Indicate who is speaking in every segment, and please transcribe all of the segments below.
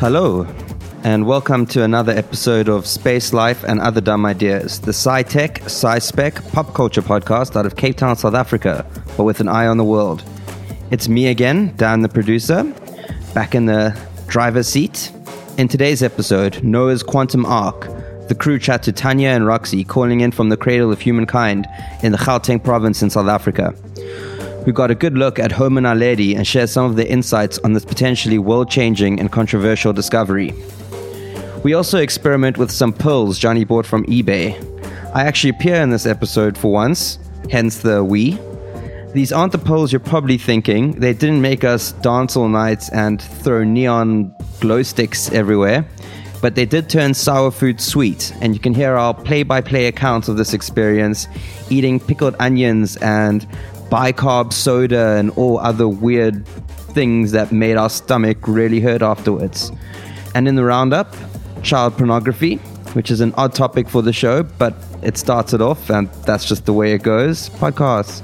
Speaker 1: Hello, and welcome to another episode of Space Life and Other Dumb Ideas, the SciTech, SciSpec pop culture podcast out of Cape Town, South Africa, but with an eye on the world. It's me again, Dan the producer, back in the driver's seat. In today's episode, Noah's Quantum Arc, the crew chat to Tanya and Roxy, calling in from the cradle of humankind in the Gauteng province in South Africa. We got a good look at Home and Our Lady and shared some of the insights on this potentially world changing and controversial discovery. We also experiment with some pills Johnny bought from eBay. I actually appear in this episode for once, hence the we. These aren't the pills you're probably thinking. They didn't make us dance all night and throw neon glow sticks everywhere, but they did turn sour food sweet, and you can hear our play by play accounts of this experience eating pickled onions and bicarb soda and all other weird things that made our stomach really hurt afterwards. And in the roundup, child pornography, which is an odd topic for the show, but it started off, and that's just the way it goes. Podcasts.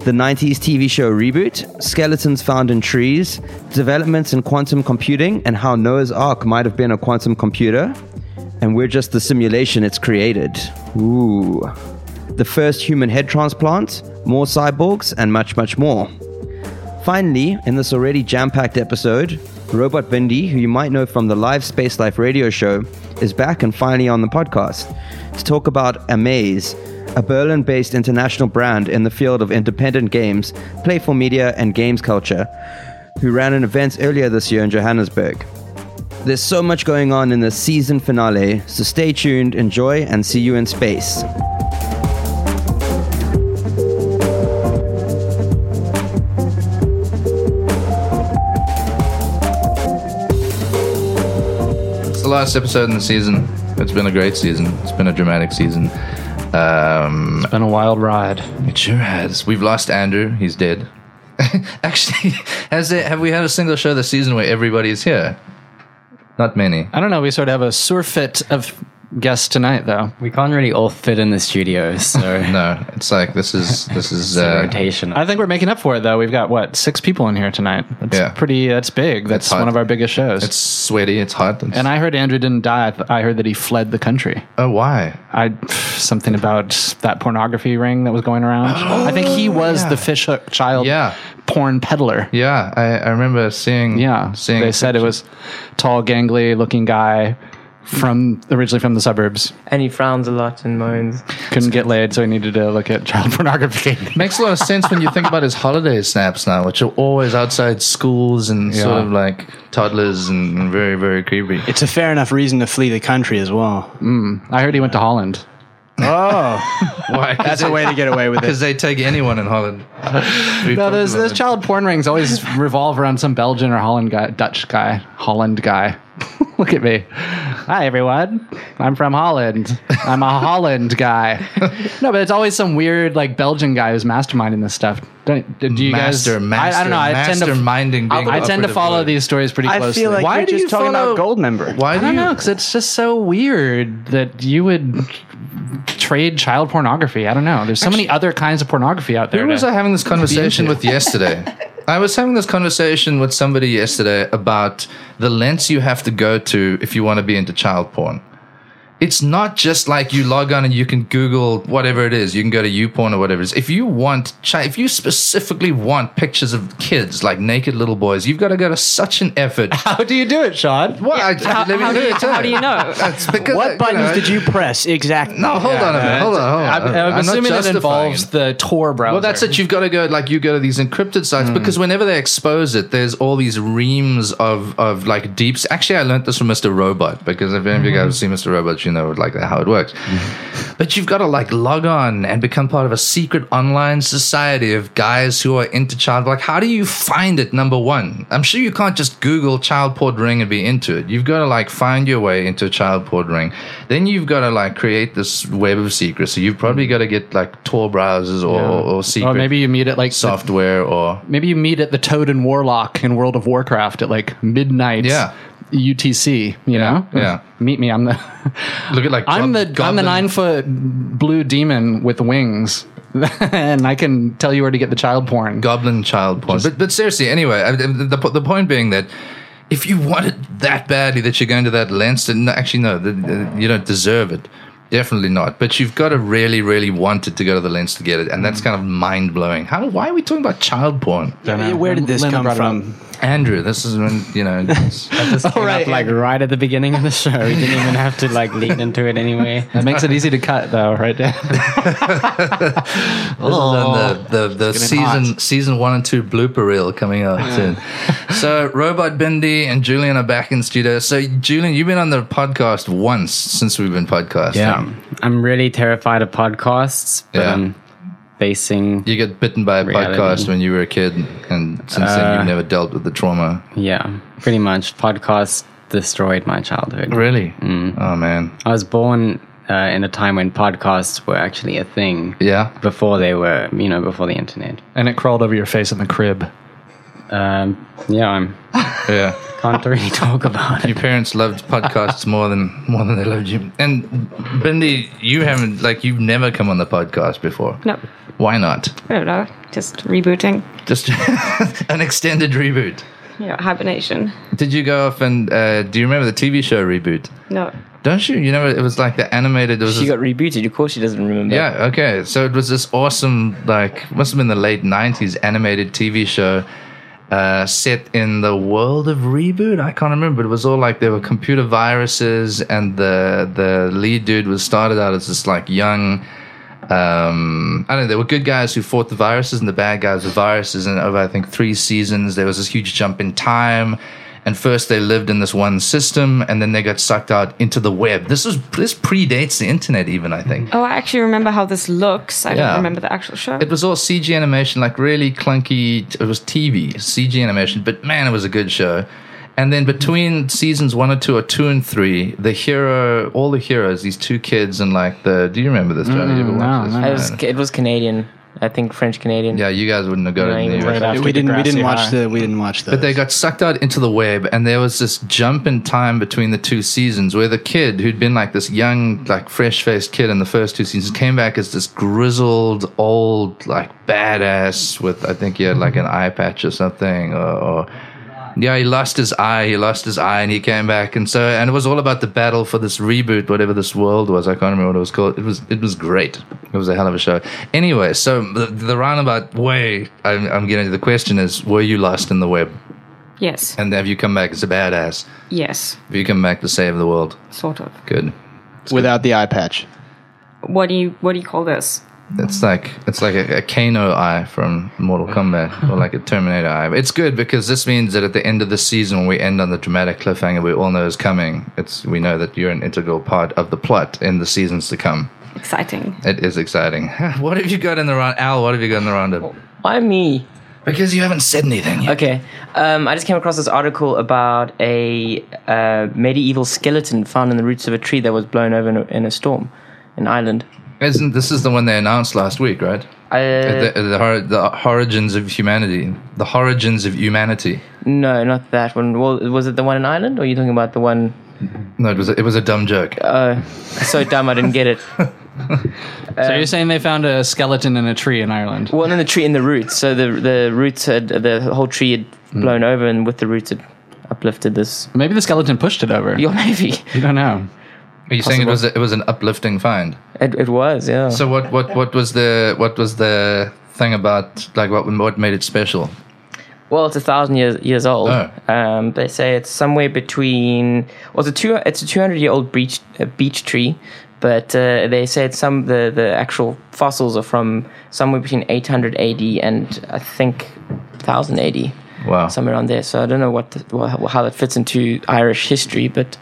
Speaker 1: The 90s TV show reboot, skeletons found in trees, developments in quantum computing, and how Noah's Ark might have been a quantum computer. And we're just the simulation it's created. Ooh. The first human head transplant, more cyborgs, and much, much more. Finally, in this already jam packed episode, Robot Bindi, who you might know from the live Space Life radio show, is back and finally on the podcast to talk about Amaze, a Berlin based international brand in the field of independent games, playful media, and games culture, who ran an event earlier this year in Johannesburg. There's so much going on in this season finale, so stay tuned, enjoy, and see you in space.
Speaker 2: It's the last episode in the season. It's been a great season. It's been a dramatic season. Um,
Speaker 3: Been a wild ride.
Speaker 2: it sure has. We've lost Andrew. He's dead. Actually, has it? Have we had a single show this season where everybody is here? Not many.
Speaker 3: I don't know. We sort of have a surfeit of guests tonight, though.
Speaker 4: We can't really all fit in the studio, so
Speaker 2: No, it's like this is this is
Speaker 4: it's a
Speaker 2: uh,
Speaker 4: rotation.
Speaker 3: I think we're making up for it, though. We've got what six people in here tonight. That's
Speaker 2: Yeah.
Speaker 3: pretty. uh, That's big. That's
Speaker 2: That's hot.
Speaker 3: one of our biggest shows.
Speaker 2: it's sweaty. It's hot. It's,
Speaker 3: and I heard Andrew didn't die. I, th- I heard that he fled the country.
Speaker 2: oh why?
Speaker 3: I something about that pornography ring that was going around. I think he was the fishhook child
Speaker 2: Oh, Yeah.
Speaker 3: porn peddler.
Speaker 2: Yeah, I, I remember seeing
Speaker 3: Yeah,
Speaker 2: seeing
Speaker 3: they said it was tall, gangly looking guy from originally from the suburbs.
Speaker 5: And he frowns a lot and moans.
Speaker 3: Couldn't get laid, so he needed to look at child pornography.
Speaker 2: Makes a lot of sense when you think about his holiday snaps now, which are always outside schools and sort
Speaker 3: Yeah.
Speaker 2: of like toddlers and very, very creepy.
Speaker 6: It's a fair enough reason to flee the country as well.
Speaker 3: I heard he went to Holland.
Speaker 6: Oh,
Speaker 2: Why?
Speaker 6: that's a way to get away with
Speaker 2: Because
Speaker 6: it.
Speaker 2: they take anyone in Holland.
Speaker 3: No, those, those child porn rings always revolve around some Belgian or Holland guy, Dutch guy, Holland guy. Look at me. Hi, everyone. I'm from Holland. I'm a Holland guy. No, but it's always some weird, like, Belgian guy who's masterminding this stuff. Don't, do you
Speaker 2: master,
Speaker 3: guys?
Speaker 2: master,
Speaker 3: I, I don't know. I tend to,
Speaker 2: masterminding being
Speaker 3: I
Speaker 2: the
Speaker 3: tend to
Speaker 2: operative
Speaker 3: follow
Speaker 2: word.
Speaker 3: these stories pretty
Speaker 6: I
Speaker 3: closely.
Speaker 6: feel like
Speaker 2: Why
Speaker 6: you're
Speaker 2: do
Speaker 6: just
Speaker 2: you
Speaker 6: talking
Speaker 2: follow-
Speaker 6: about gold member.
Speaker 2: Why
Speaker 3: I
Speaker 2: do
Speaker 3: don't
Speaker 2: you?
Speaker 3: know, because it's just so weird that you would trade child pornography. I don't know. There's so many other kinds of pornography out there.
Speaker 2: Who was
Speaker 3: to-
Speaker 2: I having this conversation with yesterday? I was having this conversation with somebody yesterday about the lengths you have to go to if you want to be into child porn. It's not just like you log on and you can Google whatever it is. You can go to YouPorn or whatever it is. If you want, chi- if you specifically want pictures of kids like naked little boys, you've got to go to such an effort.
Speaker 3: How do you do it, Sean?
Speaker 2: Well, I, let me let
Speaker 5: how, do
Speaker 2: me
Speaker 5: you,
Speaker 2: tell
Speaker 5: how do you know?
Speaker 2: That's because
Speaker 6: what
Speaker 2: I-
Speaker 6: buttons
Speaker 2: know,
Speaker 6: did you press exactly?
Speaker 2: No, hold on a minute. Hold on, hold on.
Speaker 3: I'm, I'm
Speaker 2: not
Speaker 3: assuming it
Speaker 2: justifying
Speaker 3: involves
Speaker 2: it.
Speaker 3: the Tor browser.
Speaker 2: Well, that's it. You've got to go like you go to these encrypted sites because whenever they expose it, there's all these reams of of like deeps. Actually, I learned this from Mr. Robot because if any of you guys have seen Mr. Robot, you know like how it works. But you've got to like log on and become part of a secret online society of guys who are into child. Like, how do you find it? Number one, I'm sure you can't just Google child porn ring and be into it. You've got to like find your way into a child porn ring. Then you've got to like create this web of secrecy. You've probably got to get like Tor browsers or, or secret
Speaker 3: Or Oh, maybe you meet at like the,
Speaker 2: software or
Speaker 3: maybe you meet at the Toad and Warlock in World of Warcraft at like midnight.
Speaker 2: Yeah.
Speaker 3: UTC. You know.
Speaker 2: yeah.
Speaker 3: Meet me. I'm the.
Speaker 2: look at like
Speaker 3: I'm the
Speaker 2: gob-
Speaker 3: I'm the
Speaker 2: goblin-
Speaker 3: nine foot blue demon with wings, and I can tell you where to get the child porn.
Speaker 2: goblin child porn. But, but seriously, anyway, I- the, the, po- the point being that if you want it that badly that you're going to that length, then no, actually, no, the, the, you don't deserve it. Definitely not. But you've got to really, really want it to go to the lens to get it, and that's kind of mind blowing. How? Why are we talking about child porn,
Speaker 6: Where did this
Speaker 3: Lynn
Speaker 6: come
Speaker 3: brought it
Speaker 6: from?
Speaker 2: Andrew? This is when you know. it's-
Speaker 4: This came up like right at the beginning of the show. We didn't even have to like lead into it anyway.
Speaker 3: That makes it easy to cut, though, right there.
Speaker 2: This is on
Speaker 4: Oh.
Speaker 2: the, the, the
Speaker 3: getting
Speaker 2: season season one and two blooper reel coming out soon. so Robot Bindi and Julian are back in studio. So Julian, you've been on the podcast once since we've been podcasting.
Speaker 4: Yeah, I'm really terrified of podcasts, but
Speaker 2: Yeah.
Speaker 4: I'm facing.
Speaker 2: You got bitten by a
Speaker 4: Reality.
Speaker 2: podcast when you were a kid, and since then
Speaker 4: Uh,
Speaker 2: you've never dealt with the trauma.
Speaker 4: Yeah, pretty much. Podcasts destroyed my childhood.
Speaker 2: Really? Oh man.
Speaker 4: I was born uh, in a time when podcasts were actually a thing.
Speaker 2: Yeah.
Speaker 4: Before they were, you know, before the internet.
Speaker 3: and it crawled over your face in the crib.
Speaker 4: Um, yeah, I'm
Speaker 2: Yeah.
Speaker 4: can't really talk about it.
Speaker 2: Your parents loved podcasts more than more than they loved you. And Bindi, you haven't like you've never come on the podcast before.
Speaker 7: No.
Speaker 2: Why not?
Speaker 7: I don't know. Just rebooting.
Speaker 2: Just an extended reboot.
Speaker 7: Yeah, hibernation.
Speaker 2: Did you go off and uh, do you remember the TV show reboot?
Speaker 7: No.
Speaker 2: Don't you? You know, it was like the animated. It was
Speaker 5: She
Speaker 2: this-
Speaker 5: got rebooted. Of course, she doesn't remember.
Speaker 2: yeah, okay. So it was this awesome, like, must have been the late 90s animated TV show uh, set in the world of reboot. I can't remember. It was all like there were computer viruses, and the, the lead dude was started out as this, like, young. Um, I don't know. There were good guys who fought the viruses, and the bad guys were viruses. And over, I think, three seasons, there was this huge jump in time. And first, they lived in this one system, and then they got sucked out into the web. This was this predates the internet, even I
Speaker 5: Mm-hmm.
Speaker 2: think.
Speaker 7: Oh, I actually remember how this looks. I
Speaker 2: Yeah.
Speaker 7: don't remember the actual show.
Speaker 2: It was all CG animation, like really clunky. It was TV CG animation, but man, it was a good show. And then between seasons one or two or two and three, the hero, all the heroes, these two kids and like the. Do you remember this? Johnny? you ever
Speaker 5: Mm,
Speaker 2: watch this?
Speaker 5: It was, it was Canadian. I think French Canadian.
Speaker 2: Yeah, you guys wouldn't have got
Speaker 5: No,
Speaker 2: it.
Speaker 5: you
Speaker 2: in the
Speaker 5: wouldn't.
Speaker 2: US.
Speaker 6: Yeah, we didn't. We didn't watch the. We didn't watch the.
Speaker 2: But they got sucked out into the web, and there was this jump in time between the two seasons where the kid who'd been like this young, like fresh faced kid in the first two seasons came back as this grizzled, old, like badass with, I think he had like an eye patch or something, or. or yeah, he lost his eye. He lost his eye, and he came back, and so and it was all about the battle for this reboot, whatever this world was. I can't remember what it was called. It was it was great. It was a hell of a show. Anyway, so the, the roundabout way I'm, I'm getting to the question is: Were you lost in the web?
Speaker 7: yes.
Speaker 2: And have you come back as a badass?
Speaker 7: Yes.
Speaker 2: Have you come back to save the world?
Speaker 7: Sort of.
Speaker 2: Good.
Speaker 6: without the eye patch.
Speaker 7: What do you What do you call this?
Speaker 2: It's like it's like a, a Kano eye from Mortal Kombat, or like a Terminator eye. But it's good because this means that at the end of the season, when we end on the dramatic cliffhanger we all know is coming, it's we know that you're an integral part of the plot in the seasons to come.
Speaker 7: Exciting.
Speaker 2: It is exciting. what have you got in the round, Al? What have you got in the roundup?
Speaker 5: Why me?
Speaker 2: Because you haven't said anything. Yet.
Speaker 5: Okay. Um, I just came across this article about a uh, medieval skeleton found in the roots of a tree that was blown over in a, in a storm in Ireland.
Speaker 2: Isn't this is the one they announced last week, right?
Speaker 5: Uh,
Speaker 2: the, the, hor- the origins of humanity, the origins of humanity.
Speaker 5: no, not that one. Well, was it the one in Ireland, or are you talking about the one?
Speaker 2: No, it was a, it was a dumb joke.
Speaker 5: Uh, So dumb, I didn't get it.
Speaker 3: so you're saying they found a skeleton in a tree in Ireland?
Speaker 5: Well, in the tree, in the roots. So the the roots had the whole tree had blown over, and with the roots, it uplifted this.
Speaker 3: Maybe the skeleton pushed it over.
Speaker 5: Your navy.
Speaker 3: You don't know.
Speaker 2: Are you saying it was a, it was an uplifting find?
Speaker 5: It, it was, yeah.
Speaker 2: So what, what what was the what was the thing about like what what made it special?
Speaker 5: Well, it's a thousand years years old.
Speaker 2: Oh.
Speaker 5: Um, they say it's somewhere between. Well, it's a two. It's a two hundred year old beech uh, beech tree, but uh, they say it's some the the actual fossils are from somewhere between eight hundred AD and I think thousand AD,
Speaker 2: Wow,
Speaker 5: somewhere around there. So I don't know what the, wha- how that fits into Irish history, but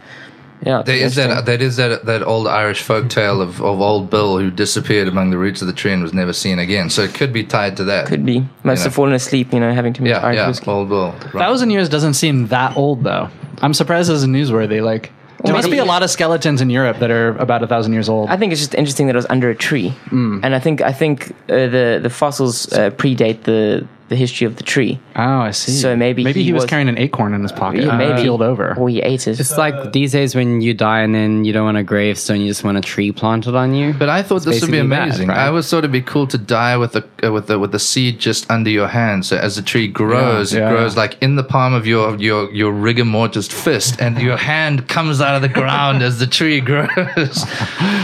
Speaker 5: yeah, it's
Speaker 2: there is
Speaker 5: interesting.
Speaker 2: that that is that that old Irish folk tale of, of old Bill who disappeared among the roots of the tree and was never seen again. So it could be tied to that.
Speaker 5: could be must
Speaker 2: know.
Speaker 5: have fallen asleep, you know, having to meet
Speaker 2: yeah,
Speaker 5: Irish
Speaker 2: yeah,
Speaker 5: whiskey.
Speaker 2: old Bill. Right.
Speaker 3: Thousand years doesn't seem that old, though. I'm surprised this is newsworthy. Like, there must
Speaker 5: maybe-
Speaker 3: be a lot of skeletons in Europe that are about a thousand years old.
Speaker 5: I think it's just
Speaker 2: Mm.
Speaker 5: interesting that it was under a tree, and I think I think uh, the the fossils uh, predate the the history of the tree.
Speaker 3: Oh, I see.
Speaker 5: So maybe
Speaker 3: maybe
Speaker 5: he
Speaker 3: he, was,
Speaker 5: was-
Speaker 3: carrying an acorn in his pocket.
Speaker 5: Yeah,
Speaker 3: and
Speaker 5: maybe
Speaker 3: peeled over.
Speaker 5: or he ate it.
Speaker 4: It's like these days when you die and then you don't want a gravestone, you just want a tree planted on you.
Speaker 2: But I thought this would be
Speaker 4: basically that,
Speaker 2: amazing.
Speaker 4: right?
Speaker 2: I always thought it'd be cool to die with the uh, with the with the seed just under your hand. So as the tree grows,
Speaker 3: yeah.
Speaker 2: it grows like in the palm of your your your rigor mortis fist, and your hand comes out of the ground as the tree grows.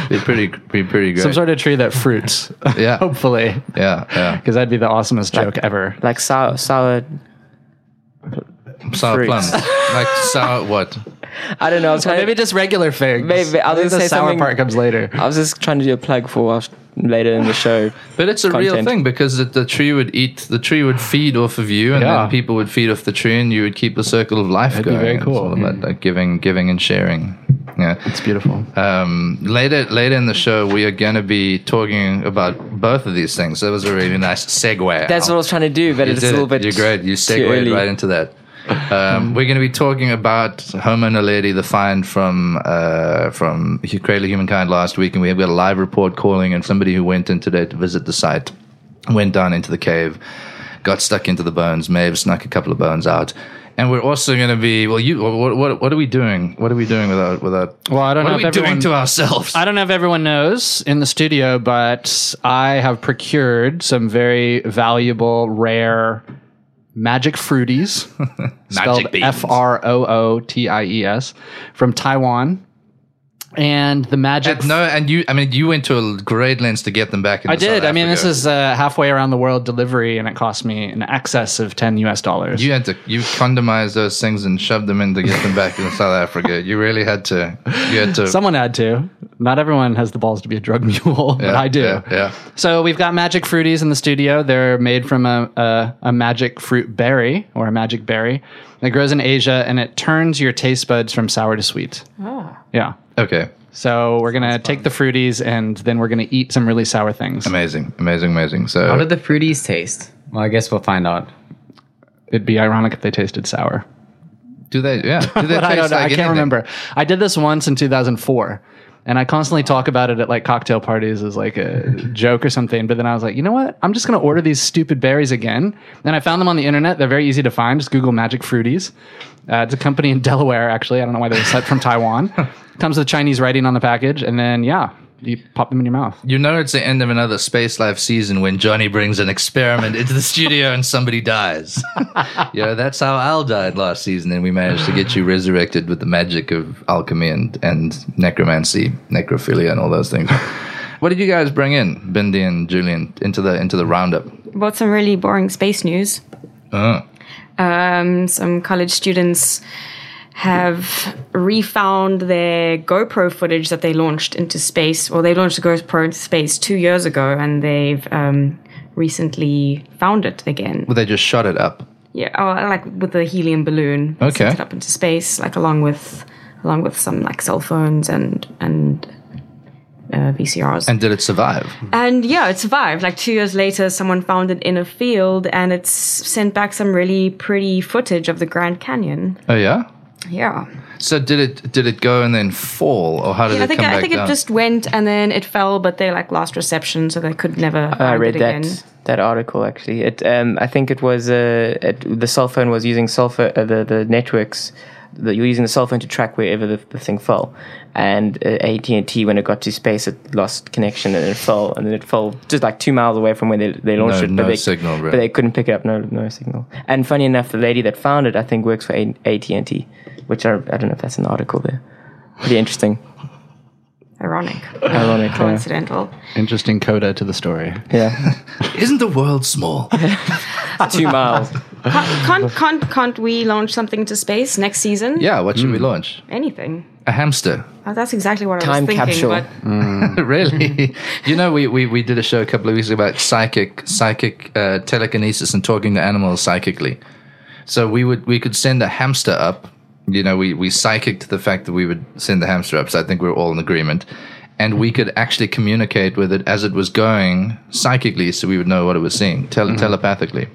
Speaker 2: be pretty be pretty great.
Speaker 3: Some sort of tree that fruits.
Speaker 2: Yeah.
Speaker 3: hopefully,
Speaker 2: yeah, yeah.
Speaker 3: because that'd be the awesomest joke ever.
Speaker 5: like sour, sour.
Speaker 2: Sour plum,
Speaker 5: fruits.
Speaker 2: like sour what?
Speaker 5: I don't know. I was, trying
Speaker 3: Maybe
Speaker 5: to,
Speaker 3: just regular figs.
Speaker 5: Maybe- I was
Speaker 3: I think
Speaker 5: gonna
Speaker 3: the
Speaker 5: say
Speaker 3: sour
Speaker 5: something-
Speaker 3: part comes later.
Speaker 5: I was just trying to do a plug for us later in the show.
Speaker 2: But it's a real
Speaker 5: Content.
Speaker 2: thing because the, the tree would eat, the tree would feed off of you, and
Speaker 3: Yeah.
Speaker 2: then people would feed off the tree, and you would keep the circle of life
Speaker 3: be
Speaker 2: going.
Speaker 3: very
Speaker 2: It's
Speaker 3: cool.
Speaker 2: all about like giving, giving, and sharing. Yeah,
Speaker 3: It's beautiful. Uh,
Speaker 2: um, later later in the show we are going to be talking about both of these things. That was a really nice segue.
Speaker 5: That's what I was trying to do, but
Speaker 2: You
Speaker 5: it's
Speaker 2: did
Speaker 5: a little
Speaker 2: it.
Speaker 5: bit.
Speaker 2: You're great. You
Speaker 5: too
Speaker 2: segued
Speaker 5: early.
Speaker 2: right into that. Um, we're going to be talking about Homo Naledi, the find from uh, from Cradle of Humankind last week, and we have got a live report calling and somebody who went in today to visit the site, went down into the cave, got stuck into the bones. Maeve snuck a couple of bones out. And we're also going to be well. You, what, what, what are we doing? What are we doing without without?
Speaker 3: Well, I don't
Speaker 2: what
Speaker 3: know
Speaker 2: are we
Speaker 3: if everyone-
Speaker 2: doing to ourselves?
Speaker 3: I don't know if everyone knows in the studio, but I have procured some very valuable, rare magic fruities, spelled
Speaker 2: beans.
Speaker 3: F R O O T I E S, from Taiwan. And the magic.
Speaker 2: And no, and you. I mean, you went to a great lengths to get them back. Into
Speaker 3: I did.
Speaker 2: South
Speaker 3: I mean, this
Speaker 2: Africa.
Speaker 3: is uh, halfway around the world delivery, and it cost me an excess of 10 US dollars.
Speaker 2: You had to. You condomized those things and shoved them in to get them back in South Africa. You really had to. You had to.
Speaker 3: Someone had to. Not everyone has the balls to be a drug mule, but
Speaker 2: Yeah,
Speaker 3: I do.
Speaker 2: Yeah, yeah.
Speaker 3: So we've got magic fruities in the studio. They're made from a, a, a magic fruit berry or a magic berry that grows in Asia and it turns your taste buds from sour to sweet. Yeah.
Speaker 2: Okay.
Speaker 3: So we're going to take the fruities and then we're going to eat some really sour things.
Speaker 2: Amazing. Amazing. Amazing.
Speaker 4: How
Speaker 2: So
Speaker 4: did the fruities taste? Well, I guess we'll find out.
Speaker 3: It'd be ironic if they tasted sour.
Speaker 2: do they? Yeah. Do they
Speaker 3: But I
Speaker 2: taste
Speaker 3: don't know.
Speaker 2: like
Speaker 3: I can't
Speaker 2: anything?
Speaker 3: remember. I did this once in 2004. And I constantly talk about it at like cocktail parties as like a joke or something. But then I was like, you know what? I'm just going to order these stupid berries again. And I found them on the internet. They're very easy to find. Just Google Magic Fruities. Uh, it's a company in Delaware, actually. I don't know why they were sent from Taiwan. Comes with Chinese writing on the package. And then, yeah, you pop them in your mouth.
Speaker 2: You know, it's the end of another space life season when Johnny brings an experiment into the studio and somebody dies. you know, that's how Al died last season, and we managed to get you resurrected with the magic of alchemy and, and necromancy, necrophilia, and all those things. What did you guys bring in, Bindi and Julian, into the into the roundup?
Speaker 7: Bought some really boring space news.
Speaker 2: Uh,
Speaker 7: Um, some college students have refound their GoPro footage that they launched into space, or they launched the GoPro into space two years ago, and they've um, recently found it again.
Speaker 2: well, they just shot it up.
Speaker 7: Yeah, oh, like with the helium balloon. They
Speaker 2: Okay.
Speaker 7: sent it up into space, like along with along with some like cell phones and and uh, VCRs.
Speaker 2: And did it survive?
Speaker 7: And yeah, it survived. Like two years later, someone found it in a field and it's sent back some really pretty footage of the Grand Canyon.
Speaker 2: Oh yeah.
Speaker 7: Yeah.
Speaker 2: So did it did it go and then fall, or how did
Speaker 7: I
Speaker 2: it
Speaker 7: think
Speaker 2: come back
Speaker 7: I think
Speaker 2: down?
Speaker 7: it just went and then it fell, but they like lost reception, so they could never
Speaker 5: I
Speaker 7: find
Speaker 5: read
Speaker 7: it
Speaker 5: that
Speaker 7: again.
Speaker 5: that article actually. It um, I think it was uh, it, the cell phone was using cell phone, uh, the the networks that you're using the cell phone to track wherever the, the thing fell, and uh, AT and T when it got to space it lost connection and it fell and then it fell just like two miles away from where they, they launched
Speaker 2: No-
Speaker 5: it.
Speaker 2: no
Speaker 5: they,
Speaker 2: signal, bro.
Speaker 5: But they couldn't pick it up. No no signal. And funny enough, the lady that found it I think works for AT and T, which I, I don't know if that's an article there. Pretty interesting.
Speaker 7: Ironic.
Speaker 5: Ironic. uh,
Speaker 7: Coincidental.
Speaker 3: Interesting coda to the story.
Speaker 5: yeah.
Speaker 2: Isn't the world small?
Speaker 5: two miles.
Speaker 7: Can't can't can't we launch something into space next season?
Speaker 2: yeah. What should we launch?
Speaker 7: Anything.
Speaker 2: A hamster.
Speaker 7: Oh, that's exactly what I
Speaker 5: Time
Speaker 7: was thinking.
Speaker 5: capsule.
Speaker 7: But
Speaker 2: really?
Speaker 3: Mm-hmm.
Speaker 2: you know, we, we, we did a show a couple of weeks ago about psychic psychic uh, telekinesis and talking to animals psychically. So we would we could send a hamster up. You know, we we psychicked the fact that we would send the hamster up. So I think we were all in agreement, and we could actually communicate with it as it was going psychically, so we would know what it was seeing tele-
Speaker 3: Mm-hmm.
Speaker 2: telepathically.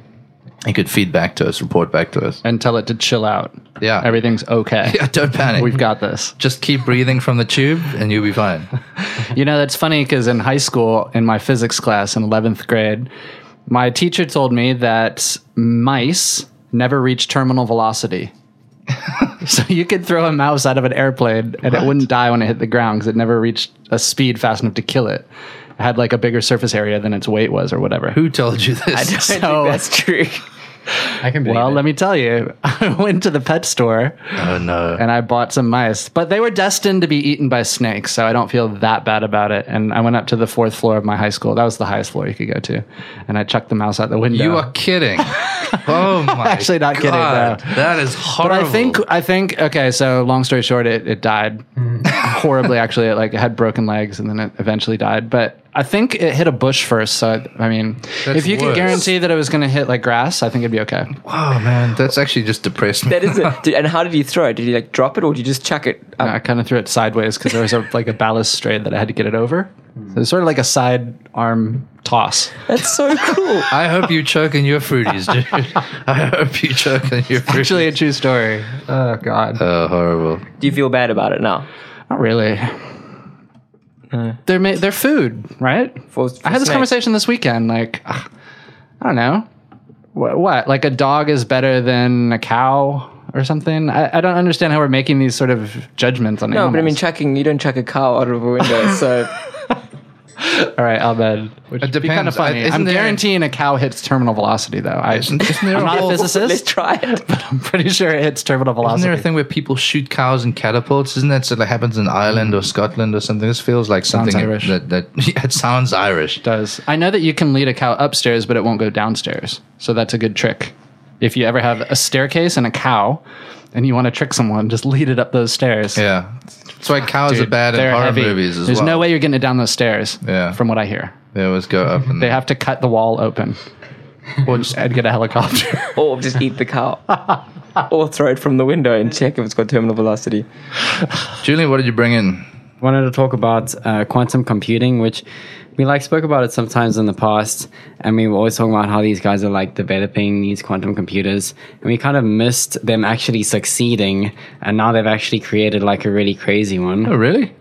Speaker 2: It could feed back to us, report back to us.
Speaker 3: And tell it to chill out.
Speaker 2: Yeah.
Speaker 3: Everything's okay.
Speaker 2: Yeah, don't panic.
Speaker 3: We've got this.
Speaker 2: just keep breathing from the tube, and you'll be fine.
Speaker 3: You know, that's funny because in high school, in my physics class in 11th grade, My teacher told me that mice never reach terminal velocity. so you could throw a mouse out of an airplane and it wouldn't die when it hit the ground because it never reached a speed fast enough to kill it. It had like a bigger surface area than its weight was or whatever.
Speaker 2: Who told you this?
Speaker 5: I
Speaker 3: So-
Speaker 5: think that's true.
Speaker 4: I can believe
Speaker 3: Well,
Speaker 4: it.
Speaker 3: let me tell you, I went to the pet store
Speaker 2: Oh no.
Speaker 3: and I bought some mice, but they were destined to be eaten by snakes, so I don't feel that bad about it. And I went up to the fourth floor of my high school. That was the highest floor you could go to. And I chucked the mouse out the window.
Speaker 2: You are kidding. oh my
Speaker 3: actually not kidding,
Speaker 2: God. That is
Speaker 3: but
Speaker 2: horrible. Hmm.
Speaker 3: I think I think okay. So long story short, it, it died horribly. Actually, it like had broken legs and then it eventually died. But I think it hit a bush first. So I, I mean,
Speaker 2: That's
Speaker 3: if you could
Speaker 2: worse.
Speaker 3: guarantee that it was going to hit like grass, I think it'd be okay.
Speaker 2: Oh man, that's actually just depressed me.
Speaker 5: That is it. Did, and how did you throw it? Did you like drop it or did you just chuck it?
Speaker 3: And I kind of threw it sideways because there was a, like a balustrade that I had to get it over. So it's sort of like a side arm toss.
Speaker 5: That's so cool.
Speaker 2: I hope you choke on your fruities, dude. I hope you choke on your fruities.
Speaker 3: Actually, a true story. Oh God,
Speaker 2: oh, horrible.
Speaker 5: Do you feel bad about it now?
Speaker 3: not really. They're ma- they're food, right?
Speaker 5: For- for
Speaker 3: I had this
Speaker 5: snakes?
Speaker 3: conversation this weekend. Like, ugh, I don't know. What, what? Like, a dog is better than a cow or something? I, I don't understand how we're making these sort of judgments on
Speaker 5: No,
Speaker 3: animals.
Speaker 5: but I mean, chucking, you don't chuck a cow out of a window, so.
Speaker 3: All right, Ahmed. Which
Speaker 2: It
Speaker 3: would be kind of
Speaker 2: depends. I-
Speaker 3: funny.
Speaker 2: isn't
Speaker 3: I'm
Speaker 2: there-
Speaker 3: guaranteeing a cow hits terminal velocity, though. I,
Speaker 2: Isn't, isn't there
Speaker 3: I'm
Speaker 2: a
Speaker 3: not a
Speaker 2: whole-
Speaker 5: Let's
Speaker 3: physicist,
Speaker 5: try it.
Speaker 3: but I'm pretty sure it hits terminal
Speaker 2: Isn't there a
Speaker 3: velocity.
Speaker 2: thing where people shoot cows and catapults? Isn't that something that happens in Ireland or Scotland or something? This feels like
Speaker 3: Sounds
Speaker 2: something
Speaker 3: Irish.
Speaker 2: that that yeah, it sounds Irish.
Speaker 3: does. I know that you can lead a cow upstairs, but it won't go downstairs. So that's a good trick. If you ever have a staircase and a cow, and you want to trick someone, just lead it up those stairs.
Speaker 2: Yeah, that's why cows are
Speaker 3: Dude,
Speaker 2: bad in
Speaker 3: they're
Speaker 2: horror
Speaker 3: heavy.
Speaker 2: movies as
Speaker 3: There's
Speaker 2: well.
Speaker 3: no way you're getting it down those stairs.
Speaker 2: Yeah.
Speaker 3: From what I hear,
Speaker 2: They always go up and
Speaker 3: they have to cut the wall open. Or just I'd get a helicopter.
Speaker 5: Or just eat the cow. or throw it from the window and check if it's got terminal velocity.
Speaker 2: Julian, what did you bring in?
Speaker 4: wanted to talk about uh, quantum computing, which we like spoke about it sometimes in the past, and we were always talking about how these guys are like developing these quantum computers, and we kind of missed them actually succeeding, and now they've actually created like a really crazy one.
Speaker 2: Oh, really?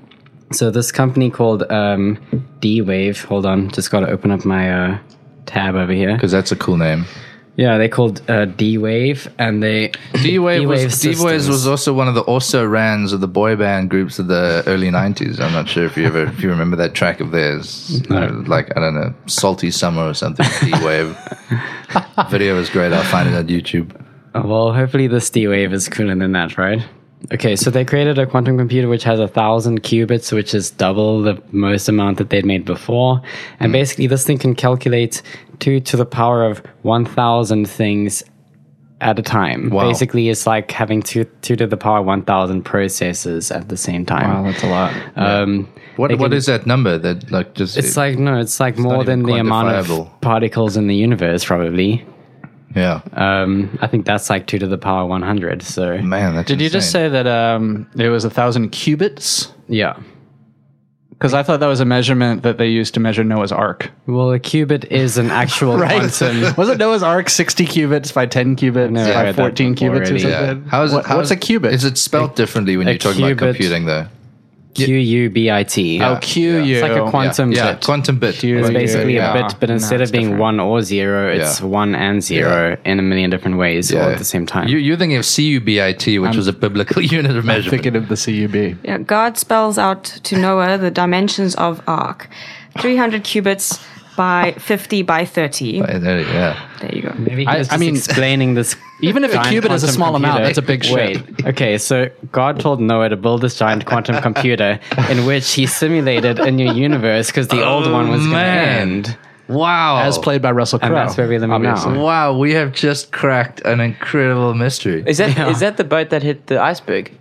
Speaker 4: So this company called um, D Wave. Hold on, just got to open up my uh, tab over here.
Speaker 2: Because that's a cool name.
Speaker 4: Yeah, they called uh, D Wave, and they
Speaker 2: D Wave was D
Speaker 4: D-Wave
Speaker 2: Wave was
Speaker 4: Systems.
Speaker 2: also one of the also rans of the boy band groups of the early nineties. I'm not sure if you ever if you remember that track of theirs, Uh, like I don't know, Salty Summer or something. D Wave video is great. I'll find it on YouTube.
Speaker 4: Oh, Well, hopefully this D wave is cooler than that, right? Okay, so they created a quantum computer which has a thousand qubits, which is double the most amount that they'd made before. And basically, this thing can calculate two to the power of one thousand things at a time.
Speaker 2: Wow.
Speaker 4: Basically, it's like having two two to the power one thousand processes at the same time.
Speaker 3: that's a lot.
Speaker 4: Um,
Speaker 2: What
Speaker 4: They
Speaker 2: what
Speaker 4: can-
Speaker 2: is that number? That like just
Speaker 4: it's like no, it's like more
Speaker 2: even
Speaker 4: than the amount
Speaker 2: quantifiable.
Speaker 4: of particles in the universe, probably.
Speaker 2: yeah,
Speaker 4: Um, I think that's like two to the power one hundred. So
Speaker 2: man. That's
Speaker 3: Did you just say that um, it was a thousand cubits?
Speaker 4: yeah.
Speaker 3: Because I thought that was a measurement that they used to measure Noah's Ark.
Speaker 4: Well, a qubit is an actual quantum.
Speaker 3: Wasn't Noah's Ark sixty qubits by ten qubits
Speaker 4: No, I
Speaker 3: by
Speaker 4: read that
Speaker 3: fourteen
Speaker 4: before
Speaker 3: qubits or
Speaker 4: already.
Speaker 3: something?
Speaker 2: Yeah. How is it?
Speaker 3: What-
Speaker 2: how
Speaker 3: what's
Speaker 2: is-
Speaker 3: a qubit?
Speaker 2: Is it spelled differently when
Speaker 4: a
Speaker 2: you're talking
Speaker 4: qubit-
Speaker 2: about computing though?
Speaker 4: Q U B I T.
Speaker 3: oh, Q
Speaker 4: It's like a quantum
Speaker 2: yeah,
Speaker 4: bit.
Speaker 2: quantum bit.
Speaker 3: Q-
Speaker 4: It's
Speaker 3: Yeah,
Speaker 4: basically
Speaker 3: yeah.
Speaker 4: a bit, but
Speaker 3: No,
Speaker 4: instead
Speaker 3: it's
Speaker 4: of being
Speaker 3: different.
Speaker 4: one or zero, it's
Speaker 2: Yeah.
Speaker 4: one and zero in a million different ways all at the same time.
Speaker 2: You, you're thinking of CUBIT, which was a biblical unit of measurement.
Speaker 3: Thinking of the CUB.
Speaker 7: Yeah, God spells out to Noah the dimensions of ark 300 cubits by 50 by 30.
Speaker 2: Uh, there- yeah.
Speaker 7: There you go.
Speaker 4: Maybe he
Speaker 3: I-
Speaker 4: was
Speaker 3: I
Speaker 4: just
Speaker 3: mean-
Speaker 4: explaining this.
Speaker 3: Even if a
Speaker 4: giant
Speaker 3: qubit is a
Speaker 4: quantum
Speaker 3: small amount, that's a big ship.
Speaker 4: Wait, okay, so God told Noah to build this giant quantum computer in which he simulated a new universe because the
Speaker 2: Oh,
Speaker 4: old one
Speaker 3: Oh,
Speaker 4: was going to
Speaker 2: man.
Speaker 4: end.
Speaker 2: Wow.
Speaker 3: as played by Russell Crowe.
Speaker 4: Oh. And that's where we live
Speaker 3: obviously.
Speaker 4: now.
Speaker 2: Wow, we have just cracked an incredible mystery.
Speaker 5: Is that is that the boat that hit the iceberg?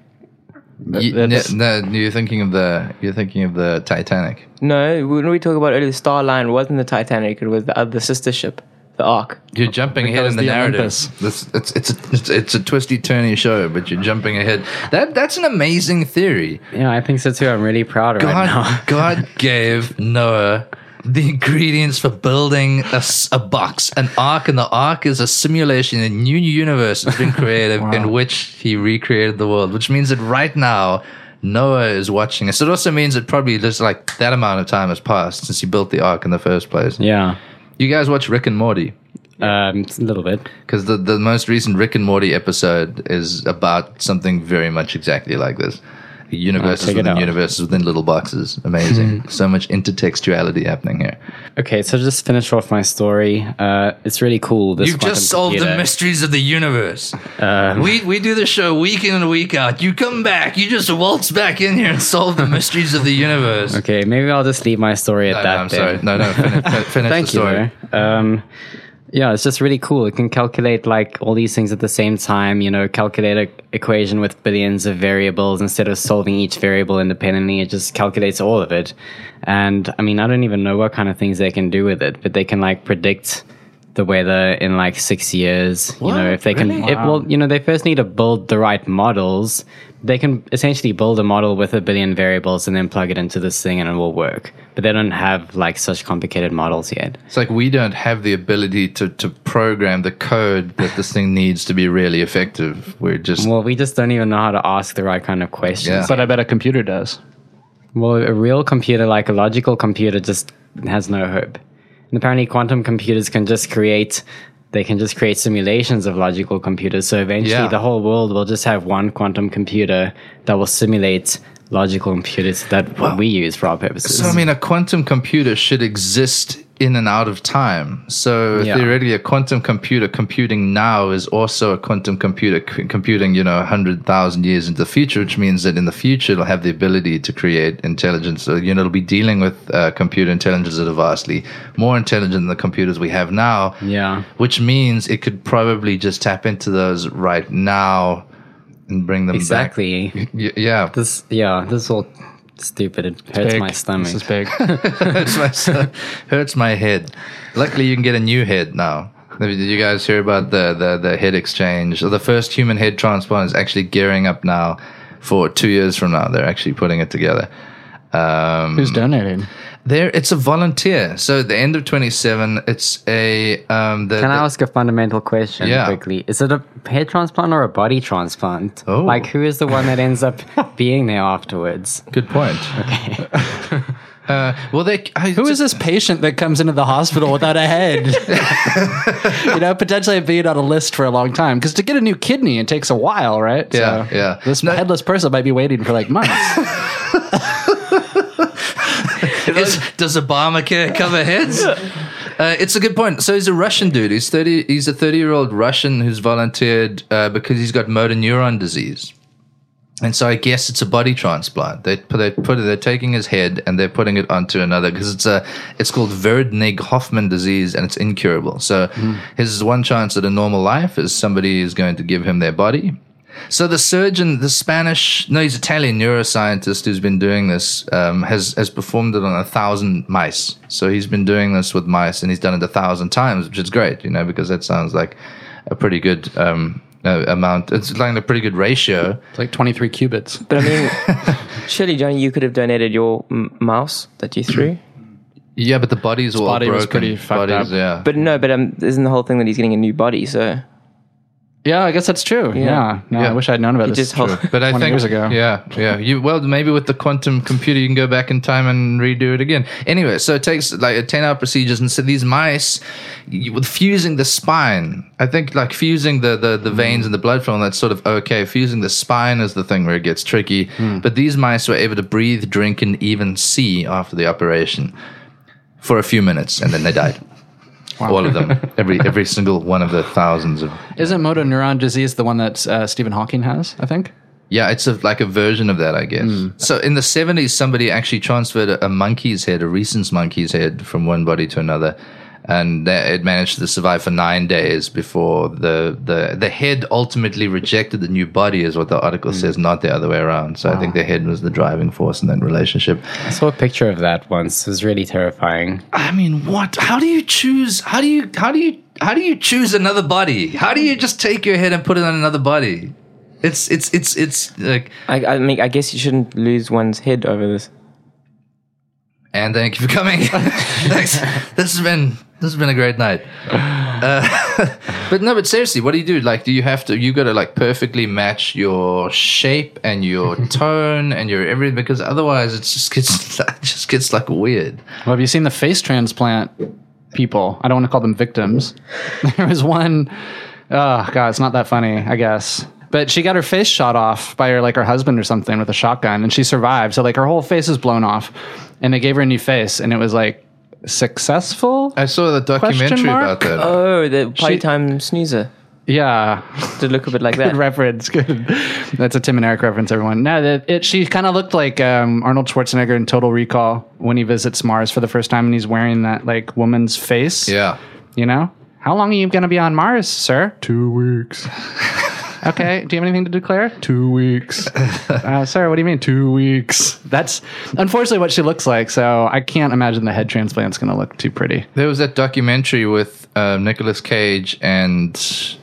Speaker 2: You,
Speaker 3: that's-
Speaker 2: no, no, you're thinking of the you're thinking of the Titanic.
Speaker 5: No, when we talk about earlier, the Star Line wasn't the Titanic, it was the other sister ship, the Ark.
Speaker 2: You're jumping ahead
Speaker 3: was
Speaker 2: in the,
Speaker 3: the
Speaker 2: narrative.
Speaker 3: Olympus.
Speaker 2: It's, it's, it's, a, it's, it's a twisty turny show, but you're jumping ahead. That that's an amazing theory.
Speaker 4: Yeah, I think so too. I'm really proud right
Speaker 2: God
Speaker 4: now.
Speaker 2: God gave Noah the ingredients for building a, s- a box, an ark, and the ark is a simulation, a new universe has been created in which he recreated the world. Which means that right now. Noah is watching us. It also means that probably just like that amount of time has passed since he built the ark in the first place.
Speaker 4: Yeah.
Speaker 2: You guys watch Rick and Morty?
Speaker 4: Um, it's a little bit.
Speaker 2: Because the, the most recent Rick and Morty episode is about something very much exactly like this. Universes
Speaker 4: check it
Speaker 2: within
Speaker 4: out. Hmm.
Speaker 2: universes within little boxes. Amazing. so much intertextuality happening here.
Speaker 4: Okay, so to just finish off my story, uh, it's really cool. This
Speaker 2: You've just solved the
Speaker 4: quantum computer- Um,
Speaker 2: mysteries of the universe. we we do the show week in and week out. You come back, you just waltz back in here and solve the mysteries of the universe.
Speaker 4: Okay, maybe I'll just leave my story at
Speaker 2: No, no,
Speaker 4: that.
Speaker 2: I'm
Speaker 4: then.
Speaker 2: sorry. No, no, finish, fin- finish
Speaker 4: Thank
Speaker 2: the story.
Speaker 4: you. though. Um, yeah, it's just really cool. It can calculate like all these things at the same time. You know, calculate an equation with billions of variables instead of solving each variable independently. It just calculates all of it. And I mean, I don't even know what kind of things they can do with it, but they can like predict the weather in like six years. You know, if they can, if, well, you know, they first need to build the right models. They can essentially build a model with a billion variables and then plug it into this thing and it will work. But they don't have like such complicated models yet.
Speaker 2: It's like we don't have the ability to, to program the code that this thing needs to be really effective. We're just
Speaker 4: Well, we just don't even know how to ask the right kind of questions.
Speaker 2: Yeah.
Speaker 3: But I bet a computer does.
Speaker 4: Well, a real computer, like a logical computer, just has no hope. And apparently, quantum computers can just create. They can just create simulations of logical computers. So eventually,
Speaker 2: Yeah.
Speaker 4: the whole world will just have one quantum computer that will simulate logical computers that we use for our purposes.
Speaker 2: So I mean, a quantum computer should exist in and out of time. So
Speaker 4: Yeah.
Speaker 2: theoretically, a quantum computer computing now is also a quantum computer c- computing, you know, hundred thousand years into the future, which means that in the future it'll have the ability to create intelligence. So, you know, it'll be dealing with uh, computer intelligence that are vastly more intelligent than the computers we have now.
Speaker 4: Yeah.
Speaker 2: which means it could probably just tap into those right now and bring them back.
Speaker 4: exactly.
Speaker 2: Y- yeah,
Speaker 4: This, yeah, this is all stupid. It hurts
Speaker 3: Big.
Speaker 4: my stomach.
Speaker 3: This is big.
Speaker 2: hurts my stomach. hurts my head. Luckily, you can get a new head now. Did you guys hear about the the, the head exchange? So the first human head transplant is actually gearing up now. For two years from now, they're actually putting it together. Um,
Speaker 3: Who's donating?
Speaker 2: there, it's a volunteer. So at the end of twenty seven, it's a. Um, the,
Speaker 4: Can I
Speaker 2: the-
Speaker 4: ask a fundamental question
Speaker 2: Yeah.
Speaker 4: quickly? Is it a hair transplant or a body transplant?
Speaker 2: Oh.
Speaker 4: Like, who is the one that ends up being there afterwards?
Speaker 2: Good point. Okay. uh, well, they. I,
Speaker 3: Who is this patient that comes into the hospital without a head? you know, potentially being on a list for a long time. Because to get a new kidney, it takes a while, right?
Speaker 2: Yeah, yeah.
Speaker 3: This
Speaker 2: No-
Speaker 3: headless person might be waiting for like months.
Speaker 2: Is- does Obamacare cover heads? Uh, it's a good point. So he's a Russian dude. He's thirty. He's a thirty-year-old Russian who's volunteered uh, because he's got motor neuron disease, and so I guess it's a body transplant. They put- they put they're taking his head and they're putting it onto another because it's a it's called Verdnig Hoffman disease and it's incurable. So his one chance at a normal life is somebody is going to give him their body, so the surgeon, the Spanish, no, he's Italian neuroscientist who's been doing this, um, has has performed it on a thousand mice. So he's been doing this with mice, and he's done it a thousand times, which is great, you know, because that sounds like a pretty good um, uh, amount. It's like a pretty good ratio.
Speaker 3: It's like 23 cubits.
Speaker 5: But I mean, surely, Johnny, you could have donated your m- mouse that you threw.
Speaker 2: Yeah, but the body's all
Speaker 3: body
Speaker 2: broken.
Speaker 3: was pretty fucked
Speaker 2: Bodies,
Speaker 3: up.
Speaker 2: Yeah,
Speaker 5: But no, but um, isn't the whole thing that he's getting a new body? So
Speaker 3: Yeah, I guess that's true. Yeah. No,
Speaker 2: Yeah.
Speaker 3: I wish I'd known about
Speaker 5: he
Speaker 3: this.
Speaker 5: just held.
Speaker 2: But I
Speaker 3: 20
Speaker 2: think
Speaker 3: years ago.
Speaker 2: Yeah, yeah. You well, maybe with the quantum computer, you can go back in time and redo it again. Anyway, so it takes like a ten-hour procedures, and so these mice, you, with fusing the spine, I think like fusing the the, the veins and the blood flow, that's sort of okay. Fusing the spine is the thing where it gets tricky.
Speaker 3: Hmm.
Speaker 2: But these mice were able to breathe, drink, and even see after the operation for a few minutes, and then they died. All of them, every every single one of the thousands of
Speaker 3: Isn't motor neuron disease the one that uh, Stephen Hawking has, I think?
Speaker 2: Yeah, it's a, like a version of that, I guess. So in the 70s, somebody actually transferred a, a monkey's head, a recent monkey's head, from one body to another. And that, it managed to survive for nine days before the, the, the head ultimately rejected the new body, is what the article says, not the other way around. So I think the head was the driving force in that relationship.
Speaker 4: I saw a picture of that once. It was really terrifying.
Speaker 2: I mean, what? How do you choose? How do you, how do you, how do you choose another body? How do you just take your head and put it on another body? It's, it's, it's, it's like,
Speaker 5: I, I mean, I guess you shouldn't lose one's head over this.
Speaker 2: and thank you for coming. Thanks. This has been this has been a great night. Uh, but no, but seriously, what do you do? Like, do you have to? You got to like perfectly match your shape and your tone and your everything because otherwise it just gets it just gets like weird.
Speaker 3: Well, have you seen the face transplant people. I don't want to call them victims. There was one, oh god, it's not that funny, I guess. But she got her face shot off by her like her husband or something with a shotgun, and she survived. So like her whole face is blown off, and they gave her a new face, and it was like successful.
Speaker 2: I saw the documentary about
Speaker 3: mark?
Speaker 2: that.
Speaker 5: Oh, the party
Speaker 3: She-
Speaker 5: time snoozer.
Speaker 3: Yeah,
Speaker 5: Did look a bit like that.
Speaker 3: good reference. Good. That's a Tim and Eric reference, everyone. No, that it, she kind of looked like um, Arnold Schwarzenegger in Total Recall when he visits Mars for the first time and he's wearing that like woman's face.
Speaker 2: yeah.
Speaker 3: You know? How long are you going to be on Mars, sir? Two weeks. okay. Do you have anything to declare? Two weeks. uh, sir, what do you mean? Two weeks. That's unfortunately what she looks like. So I can't imagine the head transplant's going to look too pretty.
Speaker 2: There was that documentary with uh, Nicolas Cage and